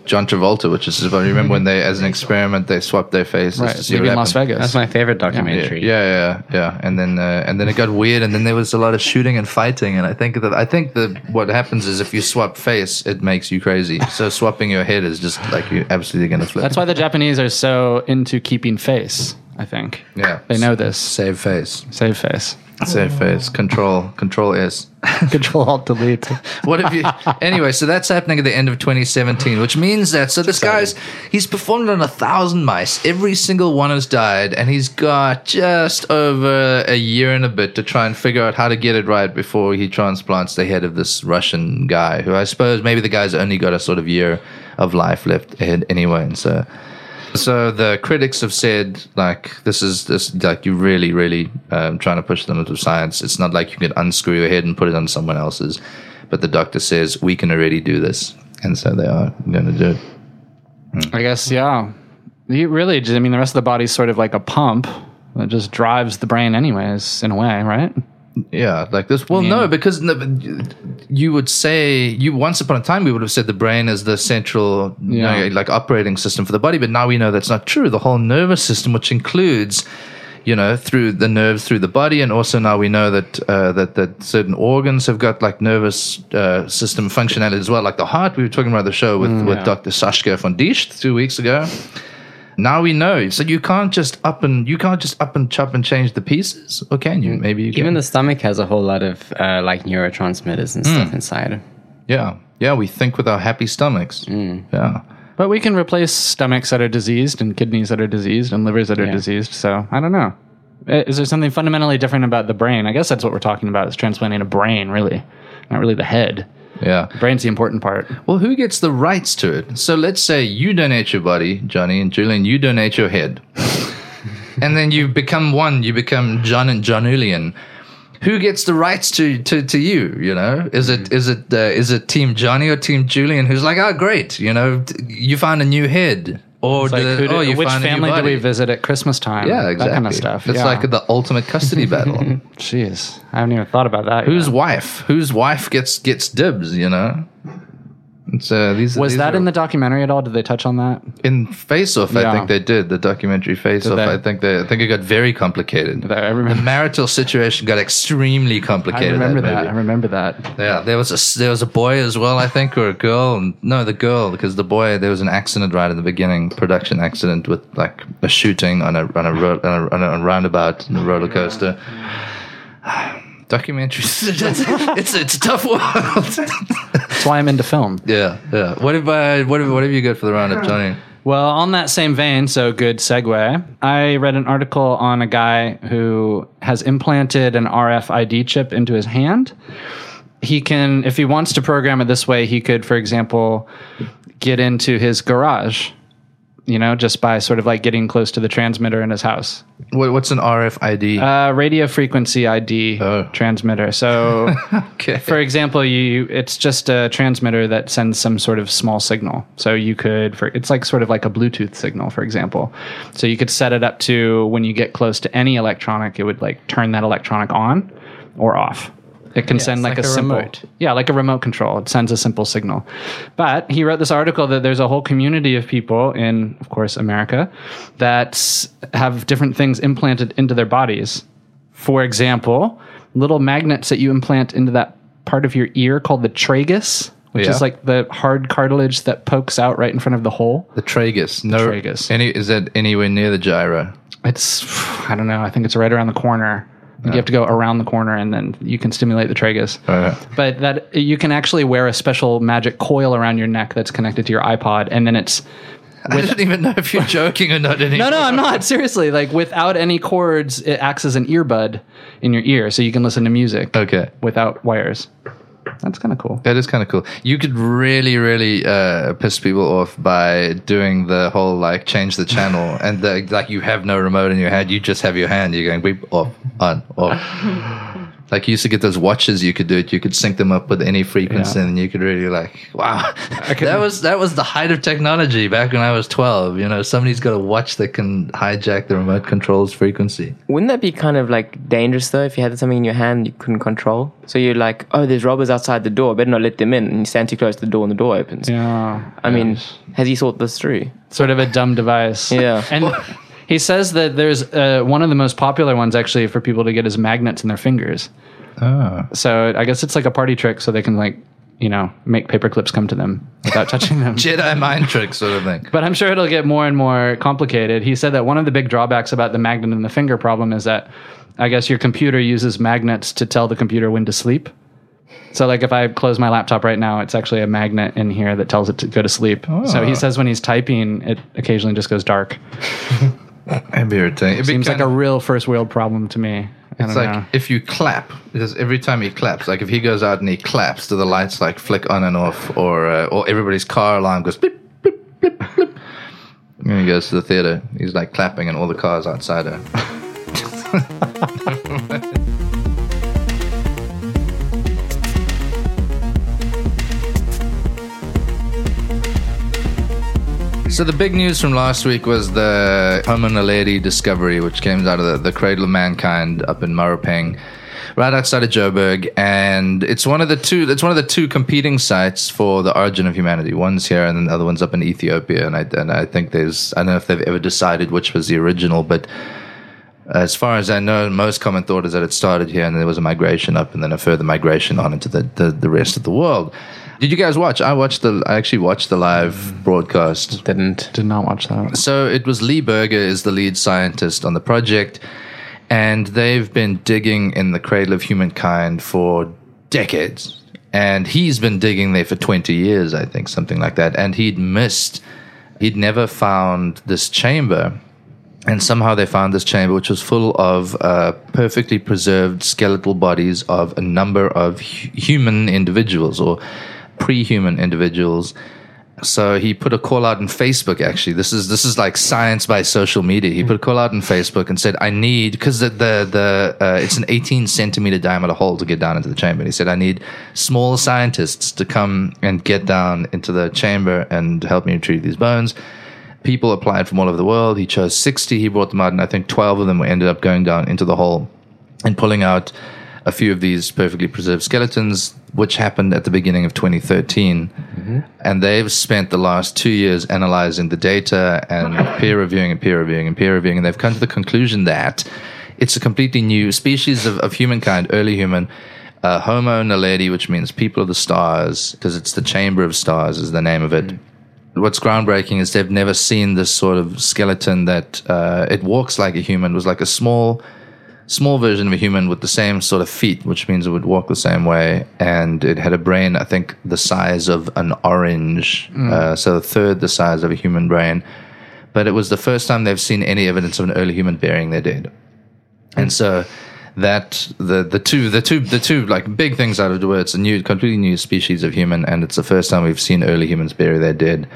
Speaker 2: John Travolta, which is if I remember when they, as an experiment, they swapped their faces
Speaker 3: Right.
Speaker 2: to see
Speaker 3: Maybe
Speaker 2: what
Speaker 3: in Las
Speaker 2: happened.
Speaker 3: Vegas.
Speaker 4: That's my favorite
Speaker 2: Yeah,
Speaker 4: documentary.
Speaker 2: yeah, yeah, yeah. and then uh, and then it got weird, and then there was a lot of shooting and fighting, and I think that I think that what happens is if you swap face, it makes you crazy. So swapping your head is just like you're absolutely gonna flip.
Speaker 3: That's why the Japanese are so into keeping face, I think.
Speaker 2: yeah,
Speaker 3: They know this.
Speaker 2: save face,
Speaker 3: Save face.
Speaker 2: save face, control, control S.
Speaker 3: Control Alt Delete.
Speaker 2: What have you? anyway, so that's happening at the end of 2017, which means that so this guy's he's performed on a thousand mice. Every single one has died, and he's got just over a year and a bit to try and figure out how to get it right before he transplants the head of this Russian guy, who I suppose maybe the guy's only got a sort of year of life left ahead anyway, and so. So the critics have said, like, this is this like you really, really um, trying to push the limits of science. It's not like you can unscrew your head and put it on someone else's. But the doctor says we can already do this, and so they are going to do it.
Speaker 3: I guess, yeah. You really, I mean, the rest of the body's sort of like a pump that just drives the brain, anyways, in a way, right?
Speaker 2: Yeah, like this. Well, no, because no, but you- you would say you once upon a time we would have said the brain is the central you know,
Speaker 3: Yeah.
Speaker 2: like operating system for the body, but now we know that's not true. The whole nervous system, which includes you know through the nerves through the body, and also now we know that uh, that that certain organs have got like nervous uh, system functionality as well, like the heart. We were talking about the show with with Dr. Sashka von Diest two weeks ago. Now we know, so you can't just up and you can't just up and chop and change the pieces, or can you? Maybe you can.
Speaker 4: Even the stomach has a whole lot of uh, like neurotransmitters and stuff inside.
Speaker 2: Yeah. Yeah, we think with our happy stomachs. Yeah.
Speaker 3: But we can replace stomachs that are diseased and kidneys that are diseased and livers that are
Speaker 4: Yeah.
Speaker 3: diseased. So I don't know. I- Is there something fundamentally different about the brain? I guess that's what we're talking about is transplanting a brain, really, not really the head.
Speaker 2: Yeah.
Speaker 3: Brain's the important part.
Speaker 2: Well, who gets the rights to it? So let's say you donate your body, Johnny and Julian, you donate your head. and then you become one, you become John and John Julian. Who gets the rights to, to, to you? You know, is it is it uh, is it Team Johnny or Team Julian? Who's like, oh, great, you know, t- you found a new head, or
Speaker 3: It's like,
Speaker 2: do-
Speaker 3: who do-
Speaker 2: oh, you
Speaker 3: which
Speaker 2: found a new
Speaker 3: family do
Speaker 2: body.
Speaker 3: we visit at Christmas time?
Speaker 2: Yeah, exactly.
Speaker 3: That kind of stuff.
Speaker 2: It's
Speaker 3: yeah.
Speaker 2: like the ultimate custody battle.
Speaker 3: Jeez, I haven't even thought about that.
Speaker 2: whose
Speaker 3: yet.
Speaker 2: wife whose wife gets gets dibs you know and so these
Speaker 3: was
Speaker 2: these
Speaker 3: that
Speaker 2: are-
Speaker 3: in the documentary at all? Did they touch on that?
Speaker 2: in face off i
Speaker 3: Yeah.
Speaker 2: think they did the documentary face off
Speaker 3: they?
Speaker 2: i think they i think it got very complicated
Speaker 3: I remember-
Speaker 2: the marital situation got extremely
Speaker 3: I
Speaker 2: complicated
Speaker 3: remember that.
Speaker 2: movie.
Speaker 3: I remember that.
Speaker 2: yeah there was a s- there was a boy as well i think or a girl and no the girl because the boy there was an accident right at the beginning production accident with like a shooting on a on a ro- on a, on a roundabout and a roller coaster documentaries it's it's a tough world
Speaker 3: That's why I'm into film.
Speaker 2: Yeah, yeah. What if I? What if? What have you got for the roundup, Johnny?
Speaker 3: Well, on that same vein, so good segue. I read an article on a guy who has implanted an RFID chip into his hand. He can, if he wants to program it this way, he could, for example, get into his garage, you know, just by sort of like getting close to the transmitter in his house.
Speaker 2: What, what's an RFID?
Speaker 3: Uh, radio frequency ID
Speaker 2: Oh.
Speaker 3: transmitter. So
Speaker 2: okay.
Speaker 3: for example, you it's just a transmitter that sends some sort of small signal. So you could for it's like sort of like a Bluetooth signal, for example. So you could set it up to when you get close to any electronic, it would like turn that electronic on or off. It can send like,
Speaker 4: like
Speaker 3: a,
Speaker 4: a
Speaker 3: simple,
Speaker 4: remote.
Speaker 3: yeah, like a remote control. It sends a simple signal. But he wrote this article that there's a whole community of people in, of course, America, that s- have different things implanted into their bodies. For example, little magnets that you implant into that part of your ear called the tragus, which
Speaker 2: Yeah.
Speaker 3: is like the hard cartilage that pokes out right in front of the hole.
Speaker 2: the tragus. No
Speaker 3: tragus.
Speaker 2: Any is that anywhere near the gyro?
Speaker 3: It's I don't know. I think it's right around the corner. You have to go around the corner and then you can stimulate the tragus.
Speaker 2: Oh, yeah.
Speaker 3: But that you can actually wear a special magic coil around your neck that's connected to your iPod, and then it's
Speaker 2: I didn't even know if you're joking or not anymore.
Speaker 3: no, no, I'm not. Seriously, like without any cords, it acts as an earbud in your ear, so you can listen to music.
Speaker 2: Okay.
Speaker 3: Without wires, that's kind of cool.
Speaker 2: That is kind of cool. You could really, really uh, piss people off by doing the whole like change the channel and the, like you have no remote in your hand. You just have your hand. You're going beep off, on, off. like you used to get those watches. You could do it. You could sync them up with any frequency,
Speaker 3: Yeah.
Speaker 2: and you could really like wow. that was that was the height of technology back when I was 12. You know, somebody's got a watch that can hijack the remote control's frequency.
Speaker 5: Wouldn't that be kind of like dangerous though if you had something in your hand you couldn't control? So you're like, oh, there's robbers outside the door. Better not let them in. And you stand too close to the door and the door opens.
Speaker 3: Yeah,
Speaker 5: I mean, has he thought this through?
Speaker 3: sort of a dumb device.
Speaker 5: Yeah.
Speaker 3: and. He says that there's uh, one of the most popular ones actually for people to get is magnets in their fingers.
Speaker 2: Oh.
Speaker 3: So I guess it's like a party trick, so they can like you know make paper clips come to them without touching them.
Speaker 2: Jedi mind trick sort of thing.
Speaker 3: But I'm sure it'll get more and more complicated. He said that one of the big drawbacks about the magnet in the finger problem is that I guess your computer uses magnets to tell the computer when to sleep. So, like, if I close my laptop right now, it's actually a magnet in here that tells it to go to sleep. So he says when he's typing, it occasionally just goes dark.
Speaker 2: That'd be irritating. It'd be
Speaker 3: Seems like
Speaker 2: kinda-
Speaker 3: a real first world problem to me. I
Speaker 2: It's
Speaker 3: don't
Speaker 2: like
Speaker 3: know.
Speaker 2: if you clap, because every time he claps, like if he goes out and he claps, do the lights like flick on and off, or uh, or everybody's car alarm goes blip blip blip blip. When he goes to the theater, he's like clapping, and all the cars outside are. So the big news from last week was the Homo naledi discovery, which came out of the, the cradle of mankind up in Marupeng, right outside of Joburg, and it's one of the two. It's one of the two competing sites for the origin of humanity. One's here, and then the other one's up in Ethiopia. And I and I think there's. I don't know if they've ever decided which was the original, but as far as I know, most common thought is that it started here and there was a migration up and then a further migration on into the, the, the rest of the world. Did you guys watch? I watched the. I actually watched the live broadcast.
Speaker 5: Didn't.
Speaker 3: Did not watch that.
Speaker 2: So it was Lee Berger is the lead scientist on the project, and they've been digging in the cradle of humankind for decades. And he's been digging there for 20 years, I think, something like that. And he'd missed, he'd never found this chamber. And somehow they found this chamber, which was full of uh, perfectly preserved skeletal bodies of a number of hu- human individuals or pre human individuals. So he put a call out on Facebook. Actually, this is this is like science by social media. He put a call out on Facebook and said, "I need because the the, the uh, it's an 18 centimeter diameter hole to get down into the chamber." And he said, "I need small scientists to come and get down into the chamber and help me retrieve these bones." People applied from all over the world. He chose 60. He brought them out, and I think 12 of them ended up going down into the hole and pulling out a few of these perfectly preserved skeletons, which happened at the beginning of 2013. And they've spent the last two years analyzing the data and peer reviewing and peer reviewing and peer reviewing. And they've come to the conclusion that it's a completely new species of, of humankind, early human. Uh, Homo naledi, which means people of the stars, because it's the chamber of stars, is the name of it what's groundbreaking is they've never seen this sort of skeleton that uh, it walks like a human. It was like a small, small version of a human with the same sort of feet, which means it would walk the same way. And it had a brain, I think, the size of an orange, uh, so a third the size of a human brain. But it was the first time they've seen any evidence of an early human burying their dead and so that the the two the two the two like big things out of the way it's a new completely new species of human and it's the first time we've seen early humans bury their dead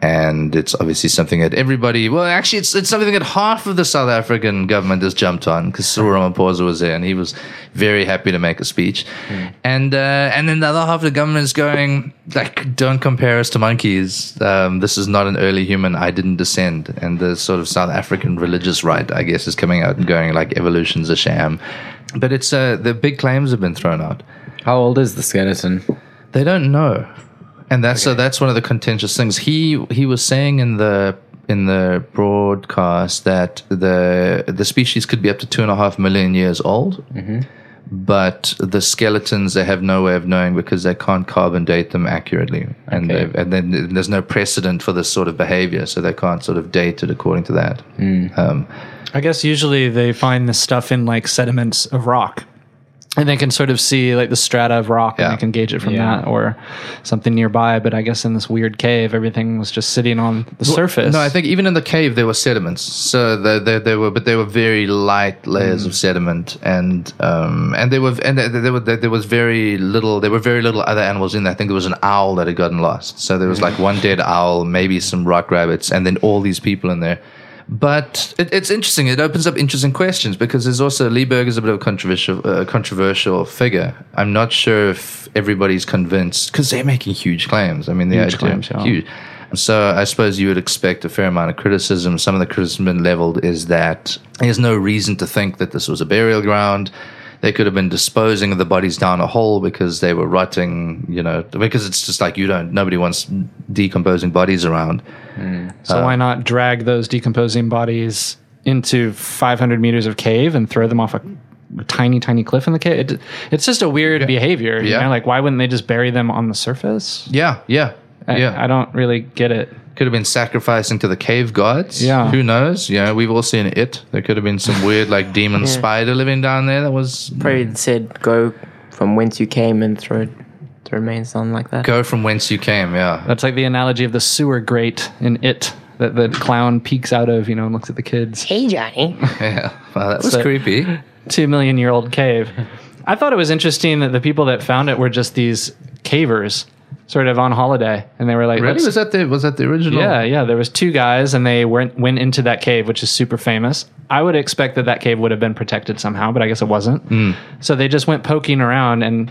Speaker 2: and it's obviously something that everybody well actually it's it's something that half of the South African government has jumped on because Cyril Ramaphosa was there and he was very happy to make a speech and uh, and then the other half of the government is going like don't compare us to monkeys um, this is not an early human I didn't descend and the sort of South African religious right I guess is coming out and going like evolution's a sham but it's uh, the big claims have been thrown out
Speaker 8: How old is the skeleton?
Speaker 2: they don't know, and that's so. That's one of the contentious things. He he was saying in the in the broadcast that the the species could be up to two and a half million years old, but the skeletons they have no way of knowing because they can't carbon date them accurately, and
Speaker 4: Okay.
Speaker 2: they've and then there's no precedent for this sort of behavior, so they can't sort of date it according to that. Um,
Speaker 3: I guess usually they find this stuff in like sediments of rock. And they can sort of see like the strata of rock
Speaker 2: Yeah.
Speaker 3: and they can gauge it from that or something nearby. But I guess in this weird cave, everything was just sitting on the surface.
Speaker 2: No, I think uh, even in the cave there were sediments. So they they, they were, but they were very light layers of sediment, and um and they were and there, there, were, there, was very little. There were very little other animals in there. I think there was an owl that had gotten lost. So there was like one dead owl, maybe some rock rabbits, and then all these people in there. But it, it's interesting. It opens up interesting questions because there's also Lieberg is a bit of a controversial, uh, controversial figure. I'm not sure if everybody's convinced because they're making huge claims. I mean, the
Speaker 3: Huge
Speaker 2: idea-
Speaker 3: claims, yeah.
Speaker 2: huge. So I suppose you would expect a fair amount of criticism. Some of the criticism been leveled is that there's no reason to think that this was a burial ground. They could have been disposing of the bodies down a hole because they were rotting, you know, because it's just like you don't, nobody wants decomposing bodies around.
Speaker 3: so why not drag those decomposing bodies into 500 meters of cave and throw them off a tiny, tiny cliff in the cave? It, it's just a weird behavior. You
Speaker 2: Yeah.
Speaker 3: know? Like, why wouldn't they just bury them on the surface?
Speaker 2: Yeah, yeah,
Speaker 3: I,
Speaker 2: yeah.
Speaker 3: I don't really get it.
Speaker 2: could have been sacrificing to the cave gods.
Speaker 3: Yeah.
Speaker 2: Who knows? Yeah, we've all seen it. There could have been some weird like demon spider living down there that was
Speaker 5: Probably said go from whence you came and throw the remains down like that.
Speaker 2: go from whence you came, yeah.
Speaker 3: That's like the analogy of the sewer grate in it that the clown peeks out of, you know, and looks at the kids.
Speaker 5: Hey Johnny.
Speaker 2: yeah. Wow, that was
Speaker 3: So-
Speaker 2: creepy.
Speaker 3: Two million year old cave. I thought it was interesting that the people that found it were just these cavers, sort of on holiday, and they were like,
Speaker 2: Really?
Speaker 3: "Let's-
Speaker 2: Was that the was that the original?
Speaker 3: Yeah, yeah. There was two guys, and they went went into that cave, which is super famous. I would expect that that cave would have been protected somehow, but I guess it wasn't. So they just went poking around, and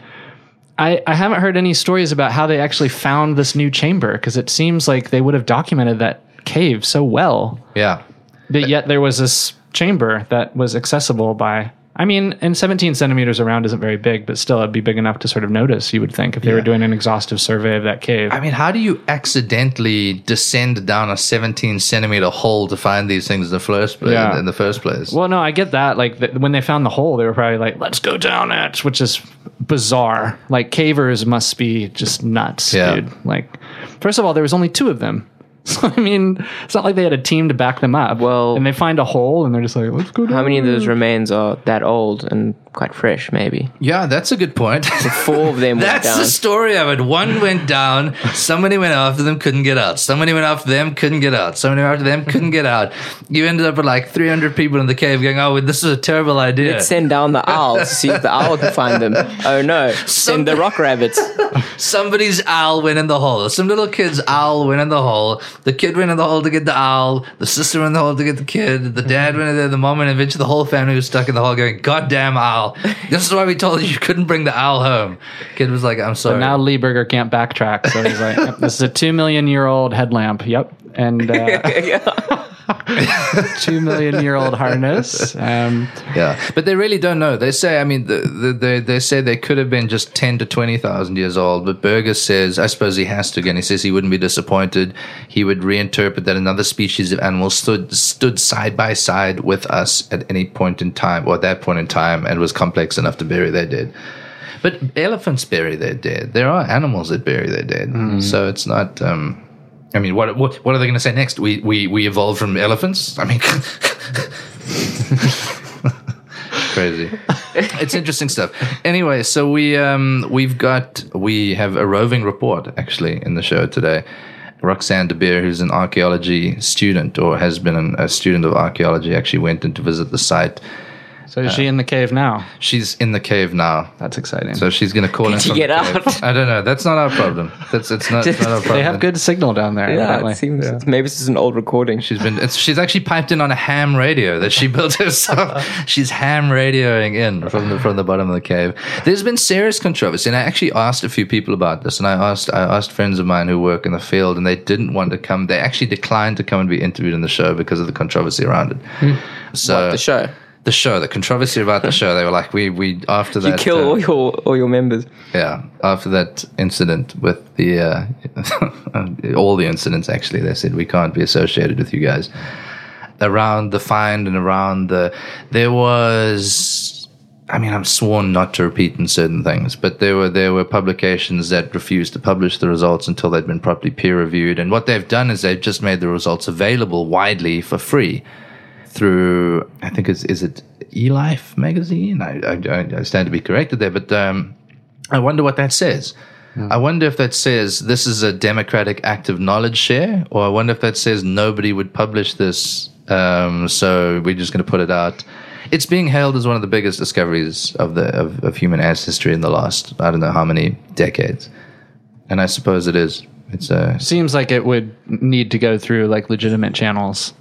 Speaker 3: I I haven't heard any stories about how they actually found this new chamber because it seems like they would have documented that cave so well,
Speaker 2: Yeah.
Speaker 3: but yet there was this chamber that was accessible by. I mean, and 17 centimeters around isn't very big, but still, it'd be big enough to sort of notice. You would think if they were doing an exhaustive survey of that cave.
Speaker 2: I mean, how do you accidentally descend down a 17 centimeter hole to find these things in the first place?
Speaker 3: Yeah.
Speaker 2: In the first place,
Speaker 3: Well, no, I get that. Like th- when they found the hole, they were probably like, "Let's go down it," which is bizarre. Like cavers must be just nuts,
Speaker 2: Yeah.
Speaker 3: dude. Like, first of all, there was only two of them. So I mean, it's not like they had a team to back them up.
Speaker 5: Well-
Speaker 3: and they find a hole and they're just like, "Let's go down."
Speaker 5: How many of those remains are that old and quite fresh, maybe?
Speaker 2: yeah, that's a good point.
Speaker 5: Four of them went
Speaker 2: That's
Speaker 5: down.
Speaker 2: the story of it. One went down. Somebody went after them, couldn't get out. Somebody went after them, couldn't get out. Somebody went after them, couldn't get out. You ended up with like 300 people in the cave going, oh, this is a terrible idea.
Speaker 5: Let's send down the owls to see if the owl can find them. Oh no, send the rock rabbits.
Speaker 2: Somebody's owl went in the hole. Some little kid's owl went in the hole. The kid went in the hole to get the owl. The sister went in the hole to get the kid. The dad went in there, the mom, and eventually the whole family was stuck in the hole going, goddamn owl. This is why we told you you couldn't bring the owl home. Kid was like, I'm sorry.
Speaker 3: Now Lieberger can't backtrack, so he's like, "Yep, "This is a two million year old headlamp." Yep, and uh, two million year old harness. Um,
Speaker 2: Yeah, but they really don't know. They say, I mean, the, the, they they say they could have been just ten to twenty thousand years old. But Berger says, I suppose he has to again. He says he wouldn't be disappointed. He would reinterpret that another species of animals stood stood side by side with us at any point in time, or at that point in time, and was complex enough to bury their dead. But elephants bury their dead. There are animals that bury their dead. So it's not. Um, I mean, what what what are they going to say next? We we we evolved from elephants. I mean. crazy. it's interesting stuff. Anyway, so we um we've got we have a roving report actually in the show today. Roxanne De Beer, who's an archaeology student or has been an, a student of archaeology, actually went in to visit the site.
Speaker 3: so is she in the cave now?
Speaker 2: She's in the cave now,
Speaker 3: That's exciting.
Speaker 2: so she's going to call in.
Speaker 5: she
Speaker 2: from
Speaker 5: get
Speaker 2: the
Speaker 5: out?
Speaker 2: cave. I don't know. That's not our problem. That's it's not, it's not our problem.
Speaker 3: they have good signal down there.
Speaker 5: yeah,
Speaker 3: apparently.
Speaker 5: it seems maybe this is an old recording.
Speaker 2: She's been. It's, she's actually piped in on a ham radio that she built herself. she's ham radioing in from the from the bottom of the cave. There's been serious controversy, and I actually asked a few people about this, and I asked I asked friends of mine who work in the field, and they didn't want to come. They actually declined to come and be interviewed in the show because of the controversy around it. So
Speaker 5: Hmm. The show.
Speaker 2: the show, the controversy about the show. They were like, we we after that
Speaker 5: You kill
Speaker 2: uh,
Speaker 5: all your all your members.
Speaker 2: yeah, after that incident with the uh, all the incidents, actually, they said we can't be associated with you guys. Around the find and around the, there was I mean, I'm sworn not to repeat in certain things, but there were there were publications that refused to publish the results until they'd been properly peer reviewed. And what they've done is they've just made the results available widely for free through I think it's is it eLife magazine. I, I, I stand to be corrected there, but um, I wonder what that says. I wonder if that says this is a democratic act of knowledge share, or I wonder if that says nobody would publish this, um, so we're just going to put it out. It's being hailed as one of the biggest discoveries of the of, of human ancestry in the last I don't know how many decades, and I suppose it is. It's a
Speaker 9: Seems like it would need to go through like legitimate channels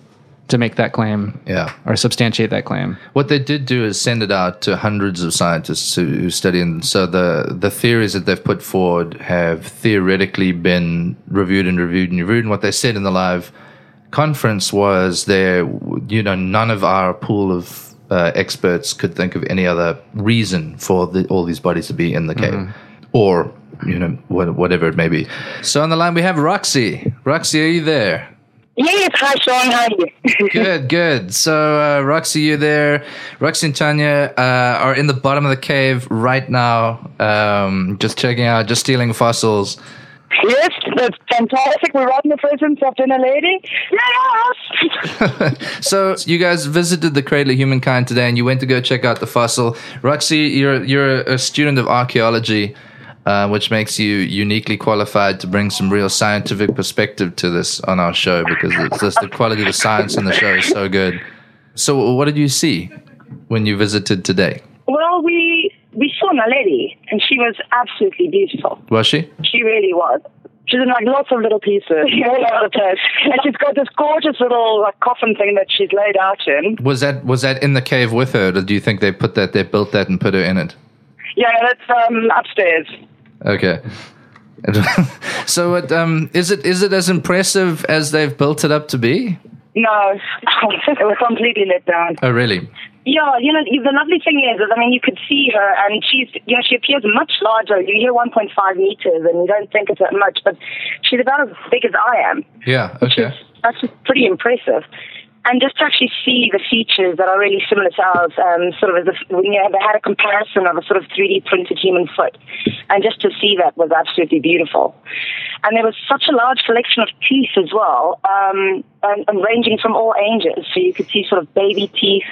Speaker 9: to make that claim
Speaker 2: yeah.
Speaker 9: or substantiate that claim.
Speaker 2: What they did do is send it out to hundreds of scientists who, who study, and so the the theories that they've put forward have theoretically been reviewed and reviewed and reviewed. And what they said in the live conference was there, you know, none of our pool of uh, experts could think of any other reason for the, all these bodies to be in the cave, or you know, wha- whatever it may be. So on the line we have Roxy. Roxy, are you there?
Speaker 10: Yes, hi Sean, how are you?
Speaker 2: Good, good. So, uh, Roxy, you there? Roxy and Tanya uh, are in the bottom of the cave right now, um, just checking out, just stealing fossils.
Speaker 10: yes, that's fantastic. We're right in the presence of Dinner Lady. Yes!
Speaker 2: So, you guys visited the cradle of humankind today, and you went to go check out the fossil. Roxy, you're you're a student of archaeology, uh, which makes you uniquely qualified to bring some real scientific perspective to this on our show because it's just the quality of the science in the show is so good. So, what did you see when you visited today?
Speaker 10: Well, we we saw Dinner Lady, and she was absolutely beautiful.
Speaker 2: Was she?
Speaker 10: She really was. She's in like lots of little pieces all over the place. And she's got this gorgeous little like, coffin thing that she's laid out in.
Speaker 2: Was that was that in the cave with her, or do you think they put that they built that and put her in it?
Speaker 10: Yeah, that's um, upstairs.
Speaker 2: Okay. so it, um, is it is it as impressive as they've built it up to be?
Speaker 10: No, it was completely let down.
Speaker 2: Oh, really?
Speaker 10: Yeah, you know, the lovely thing is, is, I mean, you could see her, and she's, you know, she appears much larger. You hear 1.5 meters, and you don't think it's that much, but she's about as big as I am.
Speaker 2: Yeah.
Speaker 10: which
Speaker 2: Okay.
Speaker 10: is- that's just pretty impressive. And just to actually see the features that are really similar to ours, um, sort of as if when you have had a comparison of a sort of 3D printed human foot, and just to see that was absolutely beautiful. And there was such a large collection of teeth as well, um, and, and ranging from all ages. So you could see sort of baby teeth.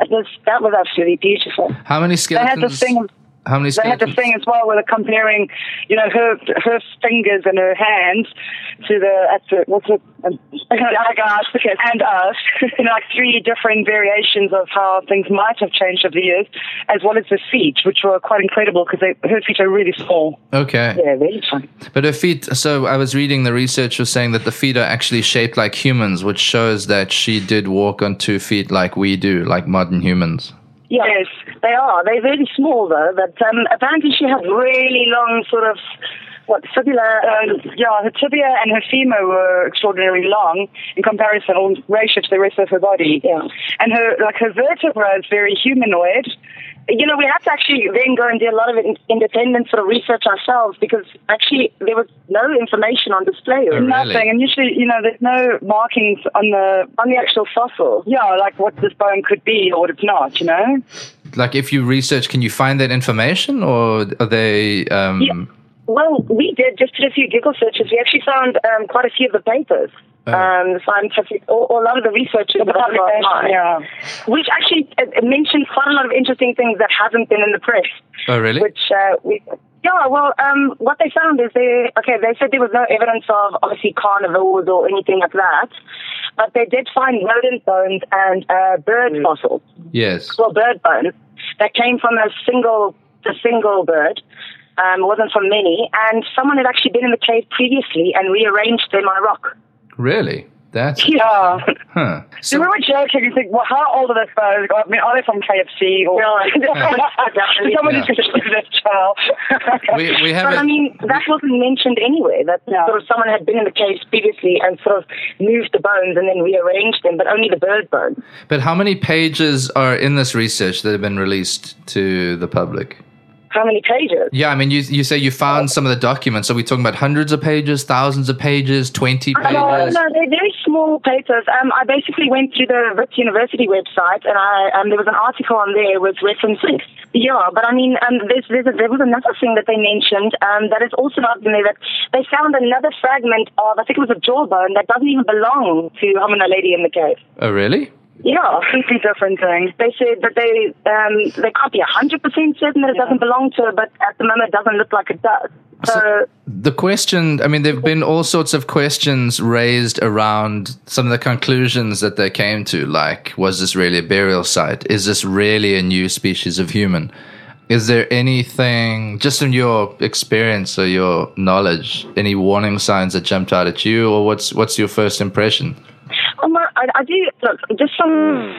Speaker 10: It was, that was absolutely beautiful.
Speaker 2: How many
Speaker 10: They had this
Speaker 2: skeletons?
Speaker 10: thing.
Speaker 2: How many
Speaker 10: They had
Speaker 2: skeletons?
Speaker 10: this thing as well where they're comparing, you know, her her fingers and her hands to the at the what's it? Um, I got and us, you know, like three different variations of how things might have changed over the years, as well as the feet, which were quite incredible because her feet are really small.
Speaker 2: Okay.
Speaker 10: Yeah, really fun.
Speaker 2: But her feet. So I was reading the research was saying that the feet are actually shaped like humans, which shows that she did walk on two feet like we do, like modern humans.
Speaker 10: Yes, they are. They're really small though, but um, apparently she had really long sort of what fibula. Uh, yeah, her tibia and her femur were extraordinarily long in comparison or ratio to the rest of her body. Yeah, and her like her vertebra is very humanoid. You know, we had to actually then go and do a lot of in- independent sort of research ourselves because actually there was no information on display or
Speaker 2: Oh, really?
Speaker 10: nothing. And usually, you know, there's no markings on the on the actual fossil. Yeah, like what this bone could be or what it's not. You know.
Speaker 2: Like, if you research, can you find that information, or are they? Um,
Speaker 10: Yeah. Well, we did just did a few Google searches. We actually found um, quite a few of the papers, um, the scientific, or, or a lot of the research, in the publication, yeah, which actually uh, it mentioned quite a lot of interesting things that haven't been in the press.
Speaker 2: Oh, really?
Speaker 10: Which uh, we. Yeah, well, um, what they found is they okay. They said there was no evidence of obviously carnivores or anything like that, but they did find rodent bones and uh, bird fossils
Speaker 2: yes.
Speaker 10: well, bird bones that came from a single a single bird. Um, it wasn't from many, and someone had actually been in the cave previously and rearranged them on a rock.
Speaker 2: Really? That's
Speaker 10: Yeah.
Speaker 2: huh.
Speaker 10: So we were joking and think, well, how old are those bones? I mean, are they from KFC or someone
Speaker 2: Yeah.
Speaker 10: who's just this child?
Speaker 2: We- we haven't-
Speaker 10: but I mean, that wasn't mentioned anywhere. That sort of someone had been in the caves previously and sort of moved the bones and then rearranged them, but only the bird bones.
Speaker 2: But how many pages are in this research that have been released to the public?
Speaker 10: How many pages?
Speaker 2: Yeah, I mean, you you say you found some of the documents. Are we talking about hundreds of pages, thousands of pages, twenty
Speaker 10: No,
Speaker 2: pages?
Speaker 10: no, they're very
Speaker 11: small papers. Um, I basically went to the Wits University website, and I um, there was an article on there with references. Yeah, but I mean, um, there's, there's a, there was another thing that they mentioned um, that is also not in there. That they found another fragment of, I think it was a jawbone that doesn't even belong to Homina Lady in the cave.
Speaker 2: Oh, really?
Speaker 11: Yeah, completely different thing. They said that they um, they can't be hundred percent certain that it doesn't belong to her, but at the moment it doesn't look like it does. So
Speaker 2: The question, I mean, there have been all sorts of questions raised around some of the conclusions that they came to, like, was this really a burial site? Is this really a new species of human? Is there anything, just in your experience or your knowledge, any warning signs that jumped out at you, or what's what's your first impression?
Speaker 11: Um, I, I do look just from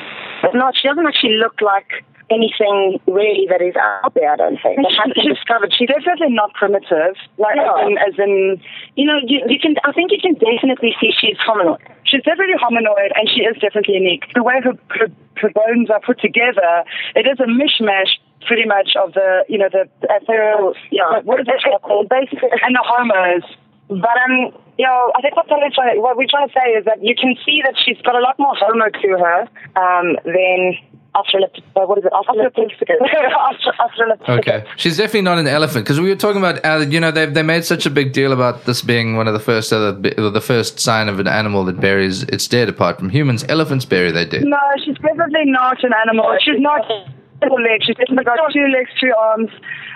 Speaker 11: not. She doesn't actually look like anything really that is out there. I don't think that has been discovered. She's definitely not primitive. Like as, in, as in, you know, you, you can. I think you can definitely see she's hominoid.
Speaker 10: She's definitely hominoid and she is definitely unique. The way her, her, her bones are put together, it is a mishmash pretty much of the, you know, the ethereal, yeah. what is it called? And the homos.
Speaker 11: But um, you know, I think what we're trying what we're trying to say is that you can see that she's got a lot more homo to her um, than Australopithecus. Uh, what is it? Australopithecus. Austral- Australopithecus.
Speaker 2: Okay. She's definitely not an elephant because we were talking about, uh, you know, they they made such a big deal about this being one of the first other, the first sign of an animal that buries its dead apart from humans. Elephants bury their dead.
Speaker 10: No, she's definitely not an animal. She's not single leg. She's definitely got two legs, two arms,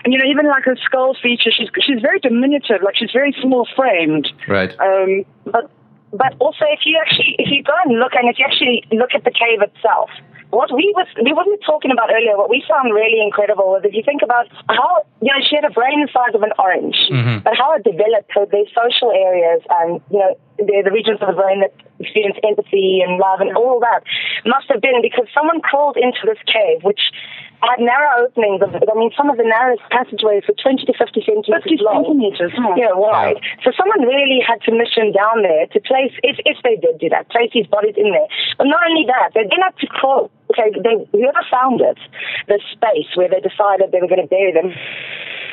Speaker 10: and you know, even like her skull feature. She's she's very diminutive. Like she's very small framed.
Speaker 2: Right.
Speaker 10: Um,
Speaker 11: but but also if you actually if you go and look and if you actually look at the cave itself what we was we wasn't talking about earlier what we found really incredible was if you think about how you know she had a brain the size of an orange
Speaker 10: Mhm.
Speaker 11: but how it developed her their social areas and you know the, the regions of the brain that experience empathy and love and all that must have been because someone crawled into this cave which had narrow openings of, I mean some of the narrowest passageways were 20 to 50 centimeters
Speaker 10: 50
Speaker 11: long
Speaker 10: centimeters, huh?
Speaker 11: yeah wide so someone really had to mission down there to place, if, if they did do that, place these bodies in there. But not only that, they then had to crawl. Okay, they, whoever found it, the space where they decided they were going to bury them,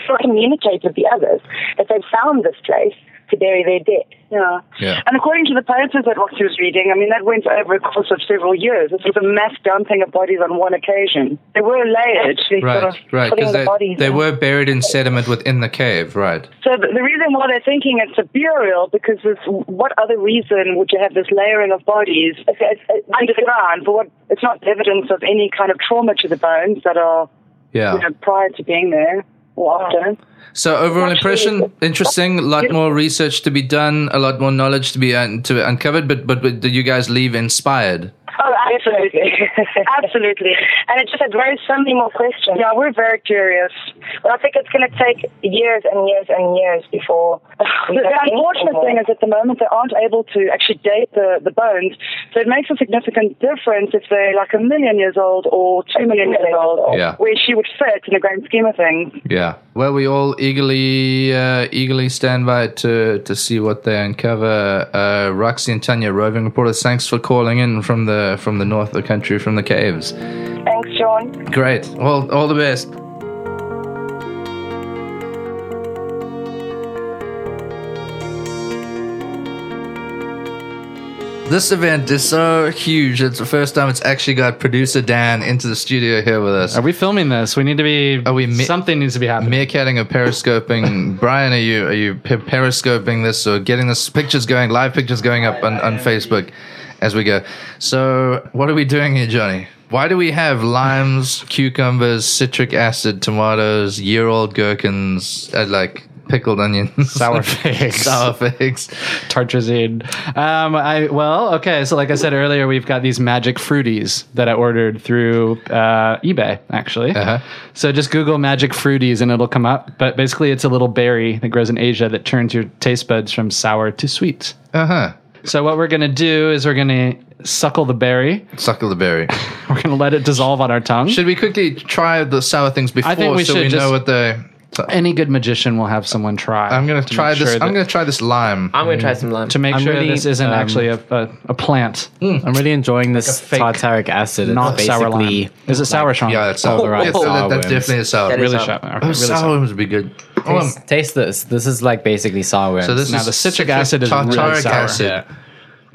Speaker 11: to communicate with the others that they found this place to bury their dead.
Speaker 10: Yeah.
Speaker 2: Yeah.
Speaker 10: And according to the papers that Roxy was reading, I mean, that went over a course of several years. This was a mass dumping of bodies on one occasion. They were layered. They sort
Speaker 2: Right,
Speaker 10: of
Speaker 2: right.
Speaker 10: putting
Speaker 2: Because
Speaker 10: the
Speaker 2: they,
Speaker 10: bodies
Speaker 2: they
Speaker 10: in.
Speaker 2: were buried in sediment within the cave, right?
Speaker 10: So the the reason why they're thinking it's a burial because this, what other reason would you have this layering of bodies underground? But what it's not evidence of any kind of trauma to the bones that are
Speaker 2: Yeah.
Speaker 10: you know, prior to being there or after.
Speaker 2: So overall impression, interesting. A lot more research to be done, a lot more knowledge to be un- to uncovered. But but but did you guys leave inspired?
Speaker 11: Oh, absolutely. absolutely. And it just had very so many more questions. Yeah, we're very curious. But I think it's going to take years and years and years before. we
Speaker 10: The,
Speaker 11: know
Speaker 10: the unfortunate thing
Speaker 11: anything
Speaker 10: is at the moment they aren't able to actually date the, the bones, so it makes a significant difference if they're like a million years old or two million years old, or
Speaker 2: Yeah.
Speaker 10: where she would fit in the grand scheme of things.
Speaker 2: Yeah. Well, we all eagerly uh, eagerly stand by to to see what they uncover. Uh, Roxy and Tanya, roving reporters, thanks for calling in from the from the north of the country, from the caves.
Speaker 11: Thanks, John.
Speaker 2: Great. All all the best. This event is so huge. It's the first time it's actually got producer Dan into the studio here with us.
Speaker 3: Are we filming this? We need to be. Are we something needs to be happening.
Speaker 2: meerkatting or periscoping brian are you are you per- periscoping this or getting this pictures going live pictures going up on, on facebook as we go so what are we doing here johnny why do we have limes cucumbers citric acid tomatoes year old gherkins uh, like pickled onions
Speaker 3: sour figs,
Speaker 2: sour figs,
Speaker 3: tartrazine. Um, I well, okay. So like I said earlier, we've got these magic fruities that I ordered through uh, eBay actually. So just Google magic fruities and it'll come up. But basically, it's a little berry that grows in Asia that turns your taste buds from sour to sweet.
Speaker 2: Uh huh.
Speaker 3: So what we're gonna do is we're gonna suckle the berry.
Speaker 2: Suckle the berry.
Speaker 3: we're gonna let it dissolve on our tongue.
Speaker 2: should we quickly try the sour things before
Speaker 3: I think we
Speaker 2: so
Speaker 3: should
Speaker 2: we
Speaker 3: just-
Speaker 2: know what the
Speaker 3: any good magician will have someone try. I'm
Speaker 2: gonna try this i'm gonna try this lime
Speaker 5: I'm gonna try some lime
Speaker 3: to make
Speaker 4: I'm
Speaker 3: sure
Speaker 4: really,
Speaker 3: this isn't
Speaker 4: um,
Speaker 3: actually a, a, a plant.
Speaker 2: Hmm.
Speaker 4: I'm really enjoying this tartaric acid. It's
Speaker 3: Not sour
Speaker 4: basically
Speaker 3: lime. Is it sour, Sean?
Speaker 4: Yeah,
Speaker 3: it's
Speaker 4: it's
Speaker 3: sour.
Speaker 4: pulverized
Speaker 3: Oh, oh,
Speaker 4: sour
Speaker 3: that- that
Speaker 4: worms.
Speaker 3: definitely is sour. That is Really sour. sour. Okay,
Speaker 2: oh
Speaker 3: really
Speaker 2: sour,
Speaker 3: sour.
Speaker 2: worms would be good Oh, I'm-
Speaker 4: Taste, taste this. This is like basically sour worms.
Speaker 2: so this is tartaric acid Oh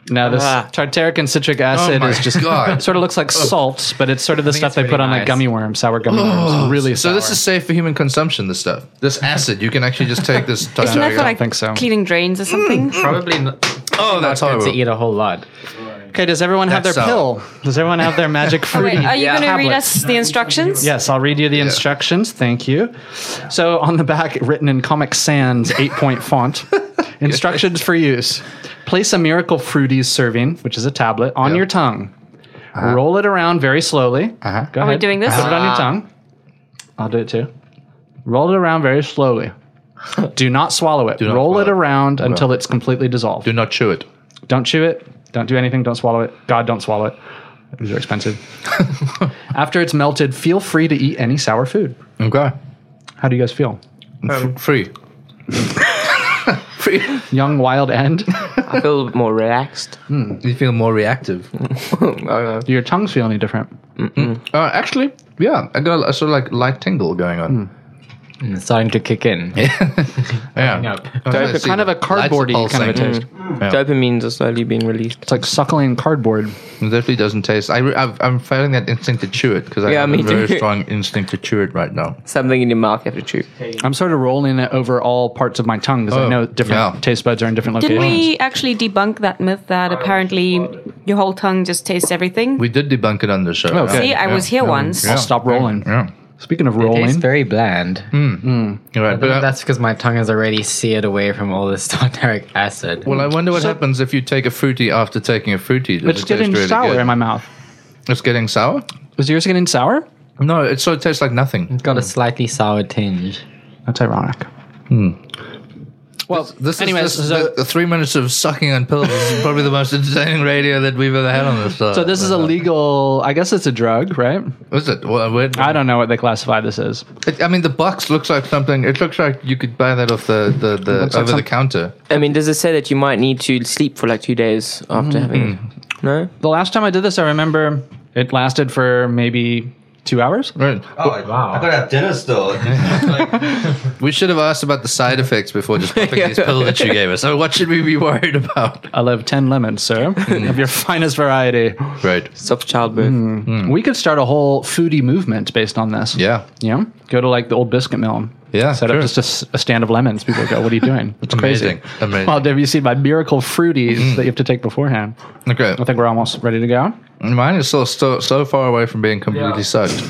Speaker 3: Now this
Speaker 12: Ah.
Speaker 3: tartaric and citric acid
Speaker 2: my
Speaker 3: is just
Speaker 2: God.
Speaker 3: sort of looks like salt, but it's sort of the stuff they put on a gummy worm, sour gummy worms. Really
Speaker 2: so this is safe for human consumption. This stuff, this acid, you can actually just take this.
Speaker 7: Isn't that for like cleaning drains or something?
Speaker 2: Mm.
Speaker 4: Probably not.
Speaker 2: Oh, that's
Speaker 4: not good
Speaker 2: horrible.
Speaker 4: to eat a whole lot.
Speaker 3: Okay, does everyone have
Speaker 4: That's
Speaker 3: their
Speaker 4: sour.
Speaker 3: pill? Does everyone have their magic fruit?
Speaker 7: Wait, are you going to read us the instructions?
Speaker 3: Yes, I'll read you the instructions. Thank you. So on the back, written in Comic Sans 8 point font, instructions for use. Place a Miracle Fruities serving, which is a tablet, on your tongue. Roll it around very slowly. Uh-huh. Go
Speaker 7: Are we
Speaker 3: ahead.
Speaker 7: doing this?
Speaker 3: Put it on your
Speaker 7: Ah.
Speaker 3: tongue. I'll do it too. Roll it around very slowly. do not swallow it. Roll it around until it's completely dissolved.
Speaker 2: Do not chew it.
Speaker 3: Don't chew it. Don't do anything. Don't swallow it. God, don't swallow it. These are expensive. After it's melted, feel free to eat any sour food.
Speaker 2: Okay.
Speaker 3: How do you guys feel?
Speaker 2: free. free.
Speaker 3: Young wild end.
Speaker 5: I feel a bit more relaxed.
Speaker 2: You feel more reactive.
Speaker 3: Do your tongues feel any different?
Speaker 2: Uh, actually, yeah, I got a sort of like light tingle going on.
Speaker 3: Hmm.
Speaker 4: It's starting to kick in.
Speaker 2: yeah.
Speaker 4: up.
Speaker 2: I was gonna
Speaker 3: Dope-
Speaker 2: see
Speaker 3: kind of a
Speaker 2: that. Lights
Speaker 3: cardboardy kind of
Speaker 2: pulsing.
Speaker 3: a taste.
Speaker 2: Yeah.
Speaker 5: Dopamines are slowly being released.
Speaker 3: It's like suckling cardboard.
Speaker 2: It definitely doesn't taste. I, I've, I'm failing that instinct to chew it because I
Speaker 5: Yeah,
Speaker 2: have
Speaker 5: me
Speaker 2: a very
Speaker 5: too.
Speaker 2: strong instinct to chew it right now.
Speaker 5: Something in your mouth you have to chew.
Speaker 3: I'm sort of rolling it over all parts of my tongue because
Speaker 2: Oh,
Speaker 3: I know different taste buds are in different
Speaker 7: Didn't
Speaker 3: locations.
Speaker 7: we actually debunk that myth that apparently your whole tongue just tastes everything?
Speaker 2: We did debunk it on the show.
Speaker 3: Okay.
Speaker 7: See, I was here once.
Speaker 2: Yeah.
Speaker 3: I'll stop rolling.
Speaker 2: Yeah.
Speaker 3: Speaking of
Speaker 4: It tastes
Speaker 3: rolling,
Speaker 4: very bland.
Speaker 2: You're right. But uh,
Speaker 4: But
Speaker 2: I-
Speaker 4: that's because my tongue is already seared away from all this tartaric acid.
Speaker 2: well, I wonder what happens if you take a fruity after taking a fruity. Does
Speaker 3: it's
Speaker 2: it taste
Speaker 3: getting
Speaker 2: really
Speaker 3: sour
Speaker 2: good?
Speaker 3: in my mouth.
Speaker 2: It's getting sour?
Speaker 3: Was yours getting sour?
Speaker 2: No, it sort of tastes like nothing.
Speaker 4: It's got a slightly sour tinge.
Speaker 3: That's ironic.
Speaker 2: Hmm. Well, this,
Speaker 3: anyways,
Speaker 2: is this,
Speaker 3: so-
Speaker 2: the, the three minutes of sucking on pills is probably the most entertaining radio that we've ever had on this. uh,
Speaker 3: So this is a legal. I guess it's a drug, right?
Speaker 2: Is it? Well, where-
Speaker 3: I don't know what they classify this as.
Speaker 2: It, I mean, the box looks like something. It looks like you could buy that off the the, the
Speaker 3: looks
Speaker 2: over
Speaker 3: like
Speaker 2: the
Speaker 3: some-
Speaker 2: counter.
Speaker 5: I mean, does it say that you might need to sleep for like two days
Speaker 2: Mm.
Speaker 5: after having it? No?
Speaker 3: The last time I did this, I remember it lasted for maybe two hours.
Speaker 2: Right.
Speaker 13: Oh, wow. I gotta have dinner still.
Speaker 2: We should have asked about the side effects before just popping these pills that you gave us. So what should we be worried about?
Speaker 3: I love 10 lemons, sir,
Speaker 2: Hmm.
Speaker 3: of your finest variety.
Speaker 2: Right.
Speaker 5: Stop childbirth.
Speaker 2: Mm.
Speaker 3: We could start a whole foodie movement based on this.
Speaker 2: Hmm. Yeah.
Speaker 3: You know, go to like the old biscuit mill.
Speaker 2: Yeah,
Speaker 3: Set
Speaker 2: sure.
Speaker 3: up just a s- a, stand of lemons. People go, what are you doing? It's
Speaker 2: Amazing.
Speaker 3: crazy.
Speaker 2: Amazing. Hmm.
Speaker 3: Well, have you seen my miracle fruities that you have to take beforehand?
Speaker 2: Okay.
Speaker 3: I think we're almost ready to go.
Speaker 2: Mine is still so, so far away from being completely soaked.